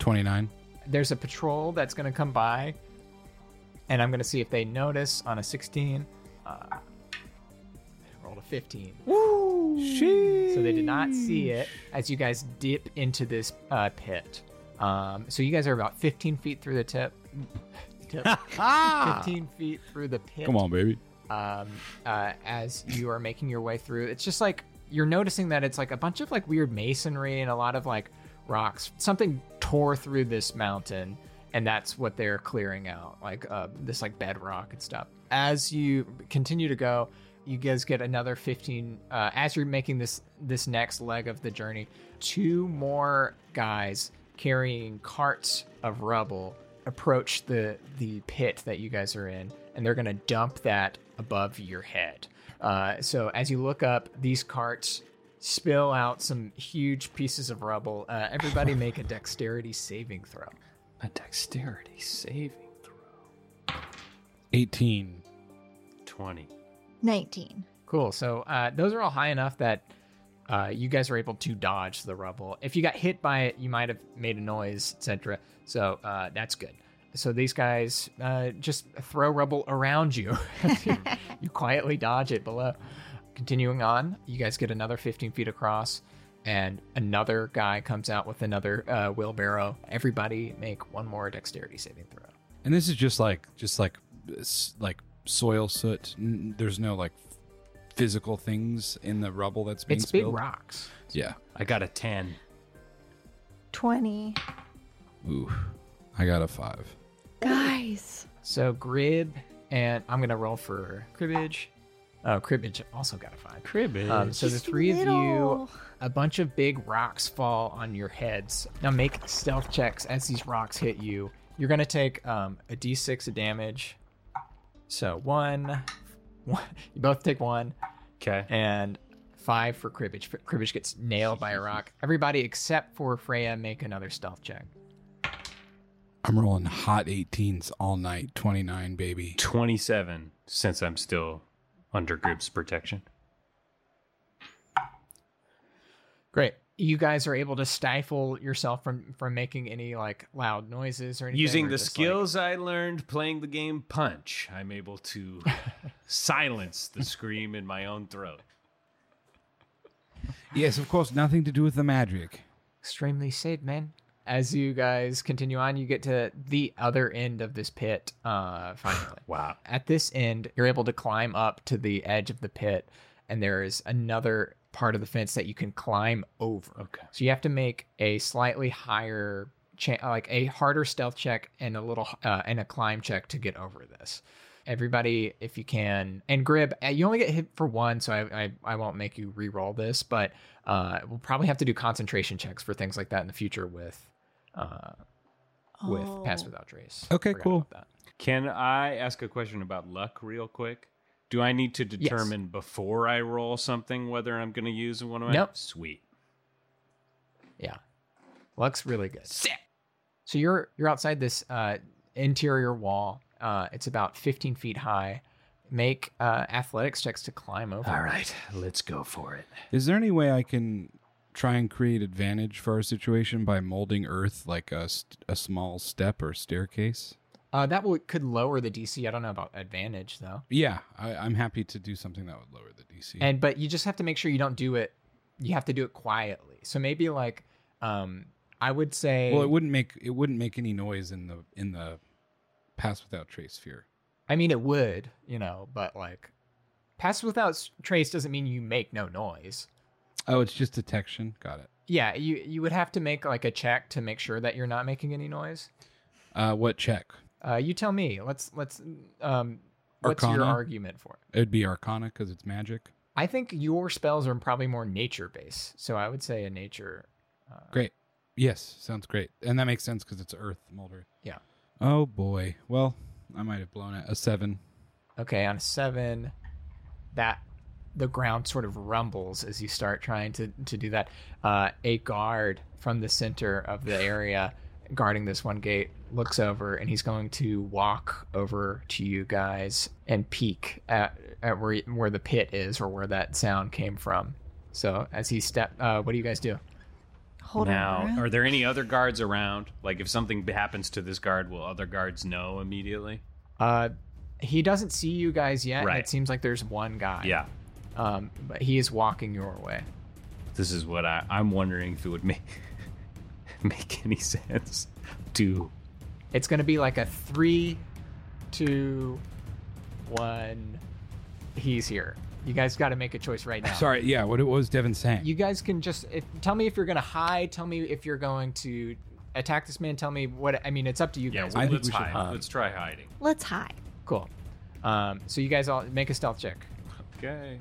F: 29.
D: There's a patrol that's going to come by, and I'm going to see if they notice on a 16. Uh, I rolled a 15. So they did not see it as you guys dip into this uh, pit. Um, so you guys are about 15 feet through the tip. tip. 15 feet through the pit.
F: Come on, baby.
D: Um, uh, as you are making your way through, it's just like you're noticing that it's like a bunch of like weird masonry and a lot of like rocks. Something tore through this mountain, and that's what they're clearing out, like uh, this like bedrock and stuff. As you continue to go, you guys get another 15 uh, as you're making this this next leg of the journey two more guys carrying carts of rubble approach the the pit that you guys are in and they're gonna dump that above your head uh, so as you look up these carts spill out some huge pieces of rubble uh, everybody make a dexterity saving throw
H: A dexterity saving throw.
F: 18.
H: 20.
M: 19.
D: Cool. So uh, those are all high enough that Uh, you guys were able to dodge the rubble. If you got hit by it, you might have made a noise, etc. So uh, that's good. So these guys uh, just throw rubble around you. you. you quietly dodge it below. Continuing on, you guys get another 15 feet across, and another guy comes out with another uh, wheelbarrow. Everybody make one more dexterity saving throw.
F: And this is just like just like s- like soil soot. N- There's no like physical things in the rubble that's being
D: It's big
F: spilled.
D: rocks.
F: Yeah.
H: I got a 10.
M: 20.
F: Ooh. I got a 5.
M: Guys.
D: So Grib and I'm gonna roll for cribbage. Oh, cribbage also got a five.
B: Cribbage.
D: Um, so the
M: She's
D: three of you,
M: little.
D: a bunch of big rocks fall on your heads. Now make stealth checks as these rocks hit you. You're gonna take um, a d6 of damage. So one, one, you both take one,
H: Okay.
D: and five for cribbage. Cribbage gets nailed by a rock. Everybody except for Freya make another stealth check.
F: I'm rolling hot 18s all night. 29 baby.
H: 27 since I'm still under group's protection.
D: Great. You guys are able to stifle yourself from from making any like loud noises or anything.
H: Using
D: or
H: the
D: just, like-
H: skills I learned playing the game Punch, I'm able to silence the scream in my own throat.
F: Yes, of course, nothing to do with the magic.
D: extremely sad, man. As you guys continue on, you get to the other end of this pit. Uh, finally,
H: Wow.
D: at this end, you're able to climb up to the edge of the pit, and there is another part of the fence that you can climb over.
H: Okay.
D: So you have to make a slightly higher, cha- like a harder stealth check and a little uh, and a climb check to get over this. Everybody, if you can, and Grib, uh, you only get hit for one, so I I, I won't make you re-roll this, but uh, we'll probably have to do concentration checks for things like that in the future with, uh, with Pass
M: Oh.
D: Without Trace.
F: Okay,
D: Forgot
F: cool.
D: about that.
H: Can I ask a question about luck real quick? Do I need to determine before I roll something whether I'm going to use one of my
D: Nope.
H: sweet?
D: Yeah. Looks really good. So you're you're outside this uh, interior wall. Uh, it's about 15 feet high. Make uh, athletics checks to climb over.
H: All right, let's go for it.
F: Is there any way I can try and create advantage for our situation by molding earth like a, st- a small step or staircase?
D: Uh, that will, could lower the DC. I don't know about advantage though.
F: Yeah, I, I'm happy to do something that would lower the DC.
D: And but you just have to make sure you don't do it. You have to do it quietly. So maybe like, um, I would say.
F: well, it wouldn't make it wouldn't make any noise in the in the pass without trace sphere.
D: I mean, it would, you know, but like, pass without s- trace doesn't mean you make no noise.
F: Oh, it's just detection. Got it.
D: Yeah, you you would have to make like a check to make sure that you're not making any noise.
F: Uh, what check?
D: Uh, you tell me. Let's let's. Um, what's your
F: Arcana?
D: argument for it?
F: It would be Arcana because it's magic.
D: I think your spells are probably more nature based, so I would say a nature. uh,
F: Great. Yes, sounds great, and that makes sense because it's Earth, mold Earth.
D: Yeah.
F: Oh boy. Well, I might have blown it. A seven.
D: Okay, on a seven, that the ground sort of rumbles as you start trying to to do that. Uh, a guard from the center of the area guarding this one gate looks over and he's going to walk over to you guys and peek at, at where where the pit is or where that sound came from. So as he step, uh, what do you guys do?
M: Hold
H: now,
M: on.
H: are there any other guards around? Like, if something happens to this guard, will other guards know immediately?
D: Uh, he doesn't see you guys yet. and
H: Right.
D: it seems like there's one guy.
H: Yeah,
D: Um, but he is walking your way.
H: this is what I, I'm wondering if it would make make any sense to.
D: It's gonna be like a three, two, one. He's here. You guys got to make a choice right now.
F: Sorry. Yeah. What, what was Devin saying?
D: You guys can just if, tell me if you're gonna hide. Tell me if you're going to attack this man. Tell me what. I mean, it's up to you
H: Yeah,
D: guys.
F: I think
H: let's
F: we should
H: hide.
F: hide.
H: Let's try hiding.
M: Let's hide.
D: cool. Um, so you guys all make a stealth check,
H: Okay.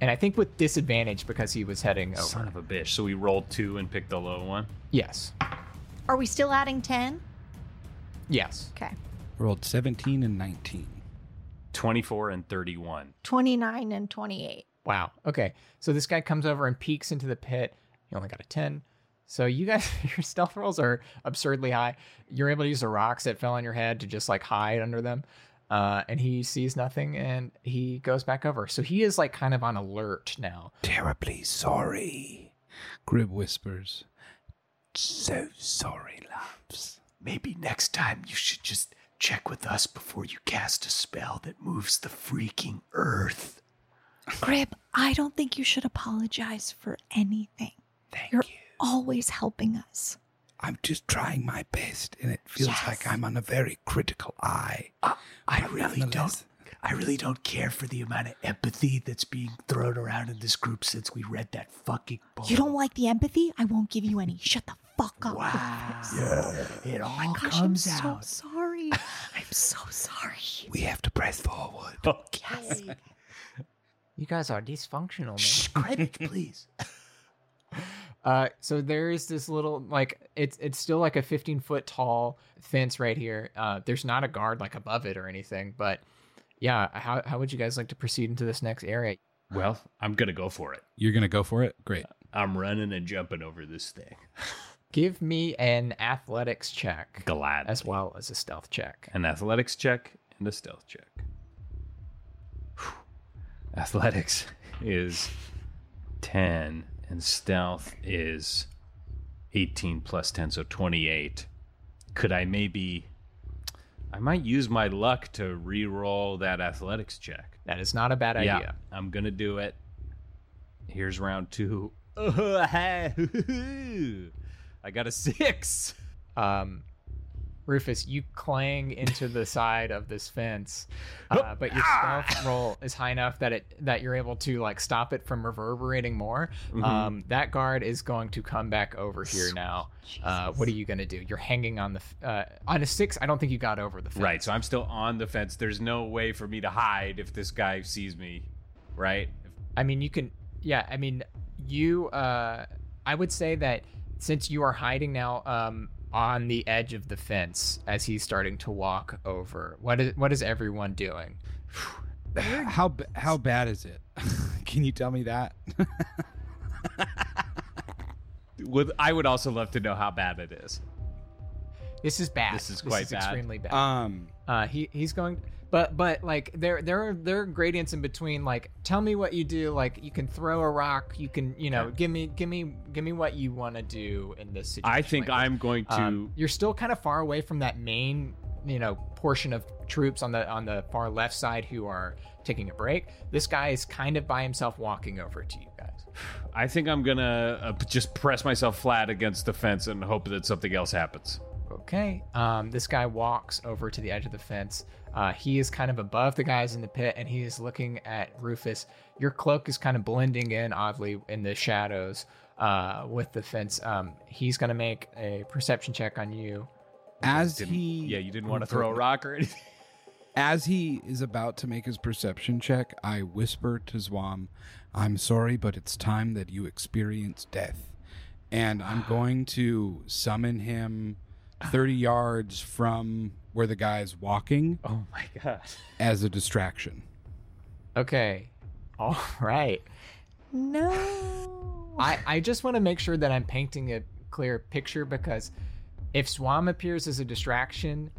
D: and I think with disadvantage because he was heading over.
H: Son of a bitch. So we rolled two and picked the low one.
D: yes.
M: Are we still adding 10?
D: Yes.
M: Okay.
F: rolled seventeen and nineteen.
H: 24 and 31.
M: 29 and 28.
D: Wow. Okay. So this guy comes over and peeks into the pit. He only got a 10. So you guys, your stealth rolls are absurdly high. You're able to use the rocks that fell on your head to just like hide under them. uh, and he sees nothing, and he goes back over. So he is like kind of on alert now.
F: Terribly sorry. Grib whispers.
N: So sorry, loves. Maybe next time you should just check with us before you cast a spell that moves the freaking earth.
M: Grib, I don't think you should apologize for anything.
N: Thank
M: You're always helping us.
N: I'm just trying my best, and it feels like I'm on a very critical eye.
M: I
N: Uh, really don't. I really don't care for the amount of empathy that's being thrown around in this group since we read that fucking book.
M: You don't like the empathy? I won't give you any. Shut the fuck up. Wow.
N: Yeah, it all
M: Oh my gosh,
N: comes
M: I'm
N: out.
M: so sorry. I'm so sorry.
N: We have to press forward.
H: Oh.
M: Yes.
D: You guys are dysfunctional, man.
N: credit, please.
D: Uh, so there is this little like it's it's still like a 15 foot tall fence right here. Uh, there's not a guard like above it or anything, but yeah. How how would you guys like to proceed into this next area?
H: Well, I'm gonna go for it. Uh,
F: You're gonna go for it? Great.
H: I'm running and jumping over this thing.
D: Give me an athletics check
H: Glad.
D: as well as a stealth check.
H: An athletics check and a stealth check. Whew. Athletics is 10 and stealth is 18 plus 10 so 28. Could I maybe I might use my luck to re-roll that athletics check.
D: That is not a bad idea.
H: Yeah, I'm going to do it. Here's round 2. I got a 6.
D: um, Rufus, you clang into the side of this fence, uh, but your stealth roll is high enough that it that you're able to like stop it from reverberating more. Um, that guard is going to come back over here now. Uh, what are you going to do? You're hanging on the f- uh, on a six. I don't think you got over the fence.
H: Right, so I'm still on the fence. There's no way for me to hide if this guy sees me, right?
D: I mean, you can. Yeah, I mean, you. Uh, I would say that since you are hiding now um, on the edge of the fence as he's starting to walk over, what is what is everyone doing?
F: How b- how bad is it? Can you tell me that?
H: Would I would also love to know how bad it is.
D: This is bad.
H: This is quite bad.
D: extremely bad.
F: um,
D: Uh, he he's going, but but like there there are there are gradients in between. Like, tell me what you do. Like, you can throw a rock. You can you know give me give me give me what you want to do in this situation.
H: I think
D: like this.
H: I'm going to.
D: Um, you're still kind of far away from that main, you know, portion of troops on the on the far left side who are taking a break. This guy is kind of by himself walking over to you guys.
H: I think I'm gonna uh, p- just press myself flat against the fence and hope that something else happens.
D: Okay. Um, this guy walks over to the edge of the fence. Uh, he is kind of above the guys in the pit, and he is looking at Rufus. Your cloak is kind of blending in oddly in the shadows uh, with the fence. Um, he's going to make a perception check on you.
F: as
H: Didn't-
F: he Oh
H: yeah, you didn't want to throw a rock or anything.
F: As he is about to make his perception check, I whisper to Zwam, I'm sorry, but it's time that you experience death. And I'm going to summon him 30 yards from where the guy's walking
H: Ah. Oh my god!
F: as a distraction.
D: Okay. All right.
M: No.
D: I, I just want to make sure that I'm painting a clear picture because if Swam appears as a distraction,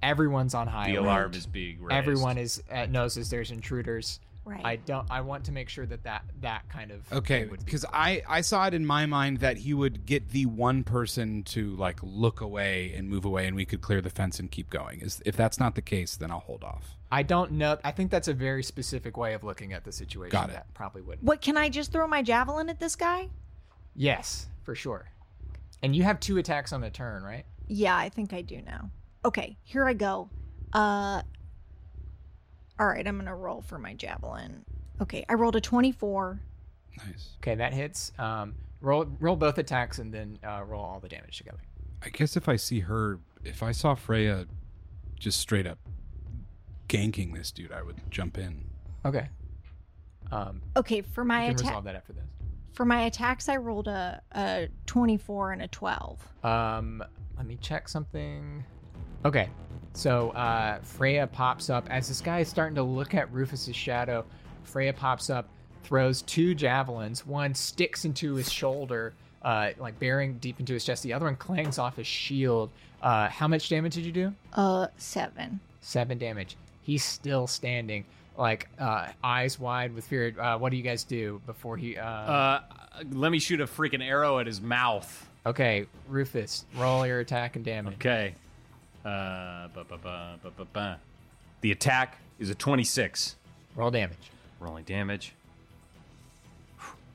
D: everyone's on high
H: The
D: alert.
H: alarm is being raised.
D: Everyone is uh, knows that there's intruders.
M: Right.
D: I don't. I want to make sure that that that kind of thing
F: Okay,
D: would be-
F: because I, I saw it in my mind that he would get the one person to like look away and move away and we could clear the fence and keep going. Is If that's not the case, then I'll hold off.
D: I don't know. I think that's a very specific way of looking at the situation.
F: Got it.
D: That probably wouldn't.
M: What can I just throw my javelin at this guy?
D: Yes, for sure. And you have two attacks on a turn, right?
M: Yeah, I think I do now. Okay, here I go. Uh All right, I'm going to roll for my javelin. Okay, I rolled a 24.
F: Nice.
D: Okay, that hits. Um, roll roll both attacks and then uh, roll all the damage together.
F: I guess if I see her, if I saw Freya just straight up ganking this dude, I would jump in.
D: Okay. Um,
M: Okay, for my
D: you can
M: attack
D: resolve that after this.
M: for my attacks I rolled a a 24 and a 12.
D: Um, let me check something. Okay, so uh, Freya pops up as this guy is starting to look at Rufus's shadow. Freya pops up, throws two javelins. One sticks into his shoulder, uh, like bearing deep into his chest. The other one clangs off his shield. Uh, how much damage did you do?
M: Uh 7.
D: Seven damage. He's still standing, like uh, eyes wide with fear. Uh, what do you guys do before he? Uh...
H: Uh, let me shoot a freaking arrow at his mouth.
D: Okay, Rufus, roll your attack and damage.
H: Okay. Uh, ba, ba, ba, ba, ba, ba. The attack is a 26.
D: Roll damage.
H: Rolling damage.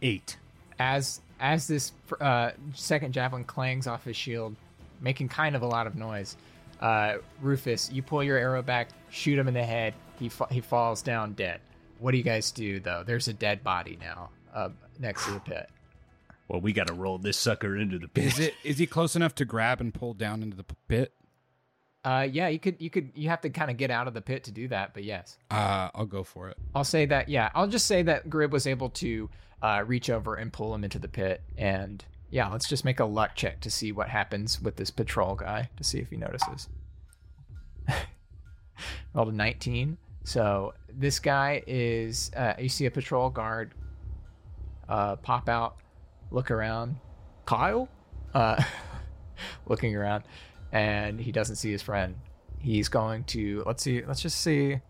H: Eight.
D: As as this uh, second javelin clangs off his shield, making kind of a lot of noise. Uh, Rufus, you pull your arrow back, shoot him in the head. He fa- he falls down dead. What do you guys do though? There's a dead body now uh, next to the pit.
H: Well, we got to roll this sucker into the pit.
F: Is it is he close enough to grab and pull down into the p- pit?
D: Uh, yeah, you could you could you have to kind of get out of the pit to do that, but yes.
F: Uh, I'll go for it.
D: I'll say that. Yeah, I'll just say that Grib was able to uh, reach over and pull him into the pit, and yeah, let's just make a luck check to see what happens with this patrol guy to see if he notices. Rolled a nineteen, so this guy is. Uh, you see a patrol guard uh, pop out, look around, Kyle, uh, looking around, and he doesn't see his friend. He's going to let's see, let's just see.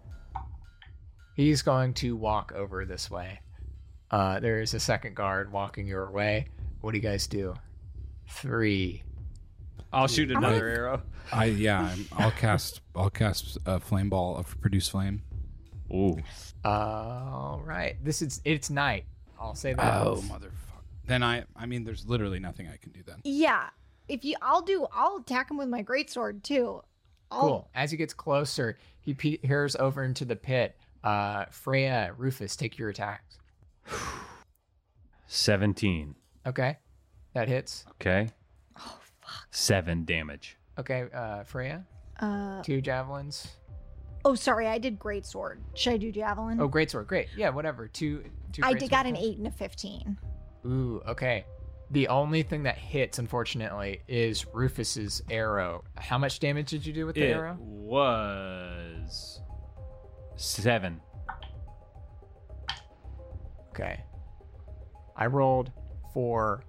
D: He's going to walk over this way. Uh, there is a second guard walking your way. What do you guys do? Three.
H: I'll shoot
F: I'm
H: another
F: gonna-
H: arrow.
F: I yeah. I'm, I'll cast. I'll cast a flame ball of produce flame.
H: Ooh.
D: All right. This is it's night. I'll say that.
F: Oh motherfucker! Then I. I mean, there's literally nothing I can do then.
E: Yeah. If you, I'll do. I'll attack him with my greatsword too. I'll,
D: Cool. As he gets closer, he pe- peers over into the pit. Uh, Freya, Rufus, take your attacks.
H: 17.
D: Okay, that hits.
H: Okay. Oh, fuck. Seven damage.
D: Okay, uh, Freya,
E: Uh,
D: two javelins.
E: oh, sorry, I did greatsword. Should I do javelin?
D: Oh, great sword, great. Yeah, whatever. Two, two.
E: Mm-hmm. I
D: great
E: did got
D: sword
E: an
D: rolls.
E: eight and a fifteen.
D: Ooh, okay. The only thing that hits, unfortunately, is Rufus's arrow. How much damage did you do with the
H: it
D: arrow?
H: was seven.
D: Okay. I rolled for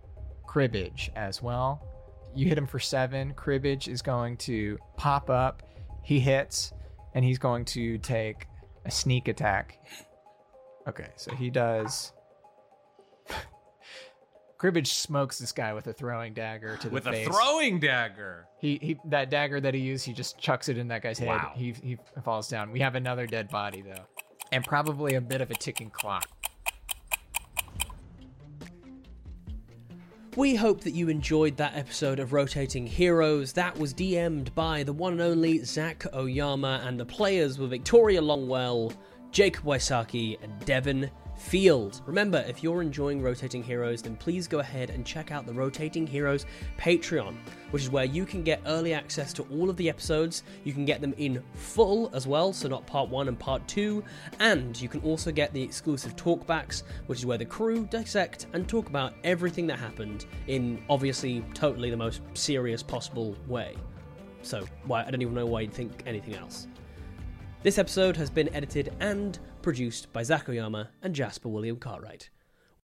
D: cribbage as well. You hit him for seven. Cribbage is going to pop up. He hits, and he's going to take a sneak attack. Okay, so he does. cribbage smokes this guy with a throwing dagger to the
H: With
D: face.
H: a throwing dagger.
D: He, he that dagger that he used, he just chucks it in that guy's head.
H: Wow.
D: He he falls down. We have another dead body though, and probably a bit of a ticking clock.
B: We hope that you enjoyed that episode of Rotating Heroes. That was DM'd by the one and only Zach Oyama, and the players were Victoria Longwell, Jacob Waisaki, and Devin Field. Remember, if you're enjoying Rotating Heroes, then please go ahead and check out the Rotating Heroes Patreon, which is where you can get early access to all of the episodes. You can get them in full as well, so not part one and part two. And you can also get the exclusive talkbacks, which is where the crew dissect and talk about everything that happened in obviously totally the most serious possible way. So, why I don't even know why you'd think anything else. This episode has been edited and produced by Zach Oyama and Jasper William Cartwright.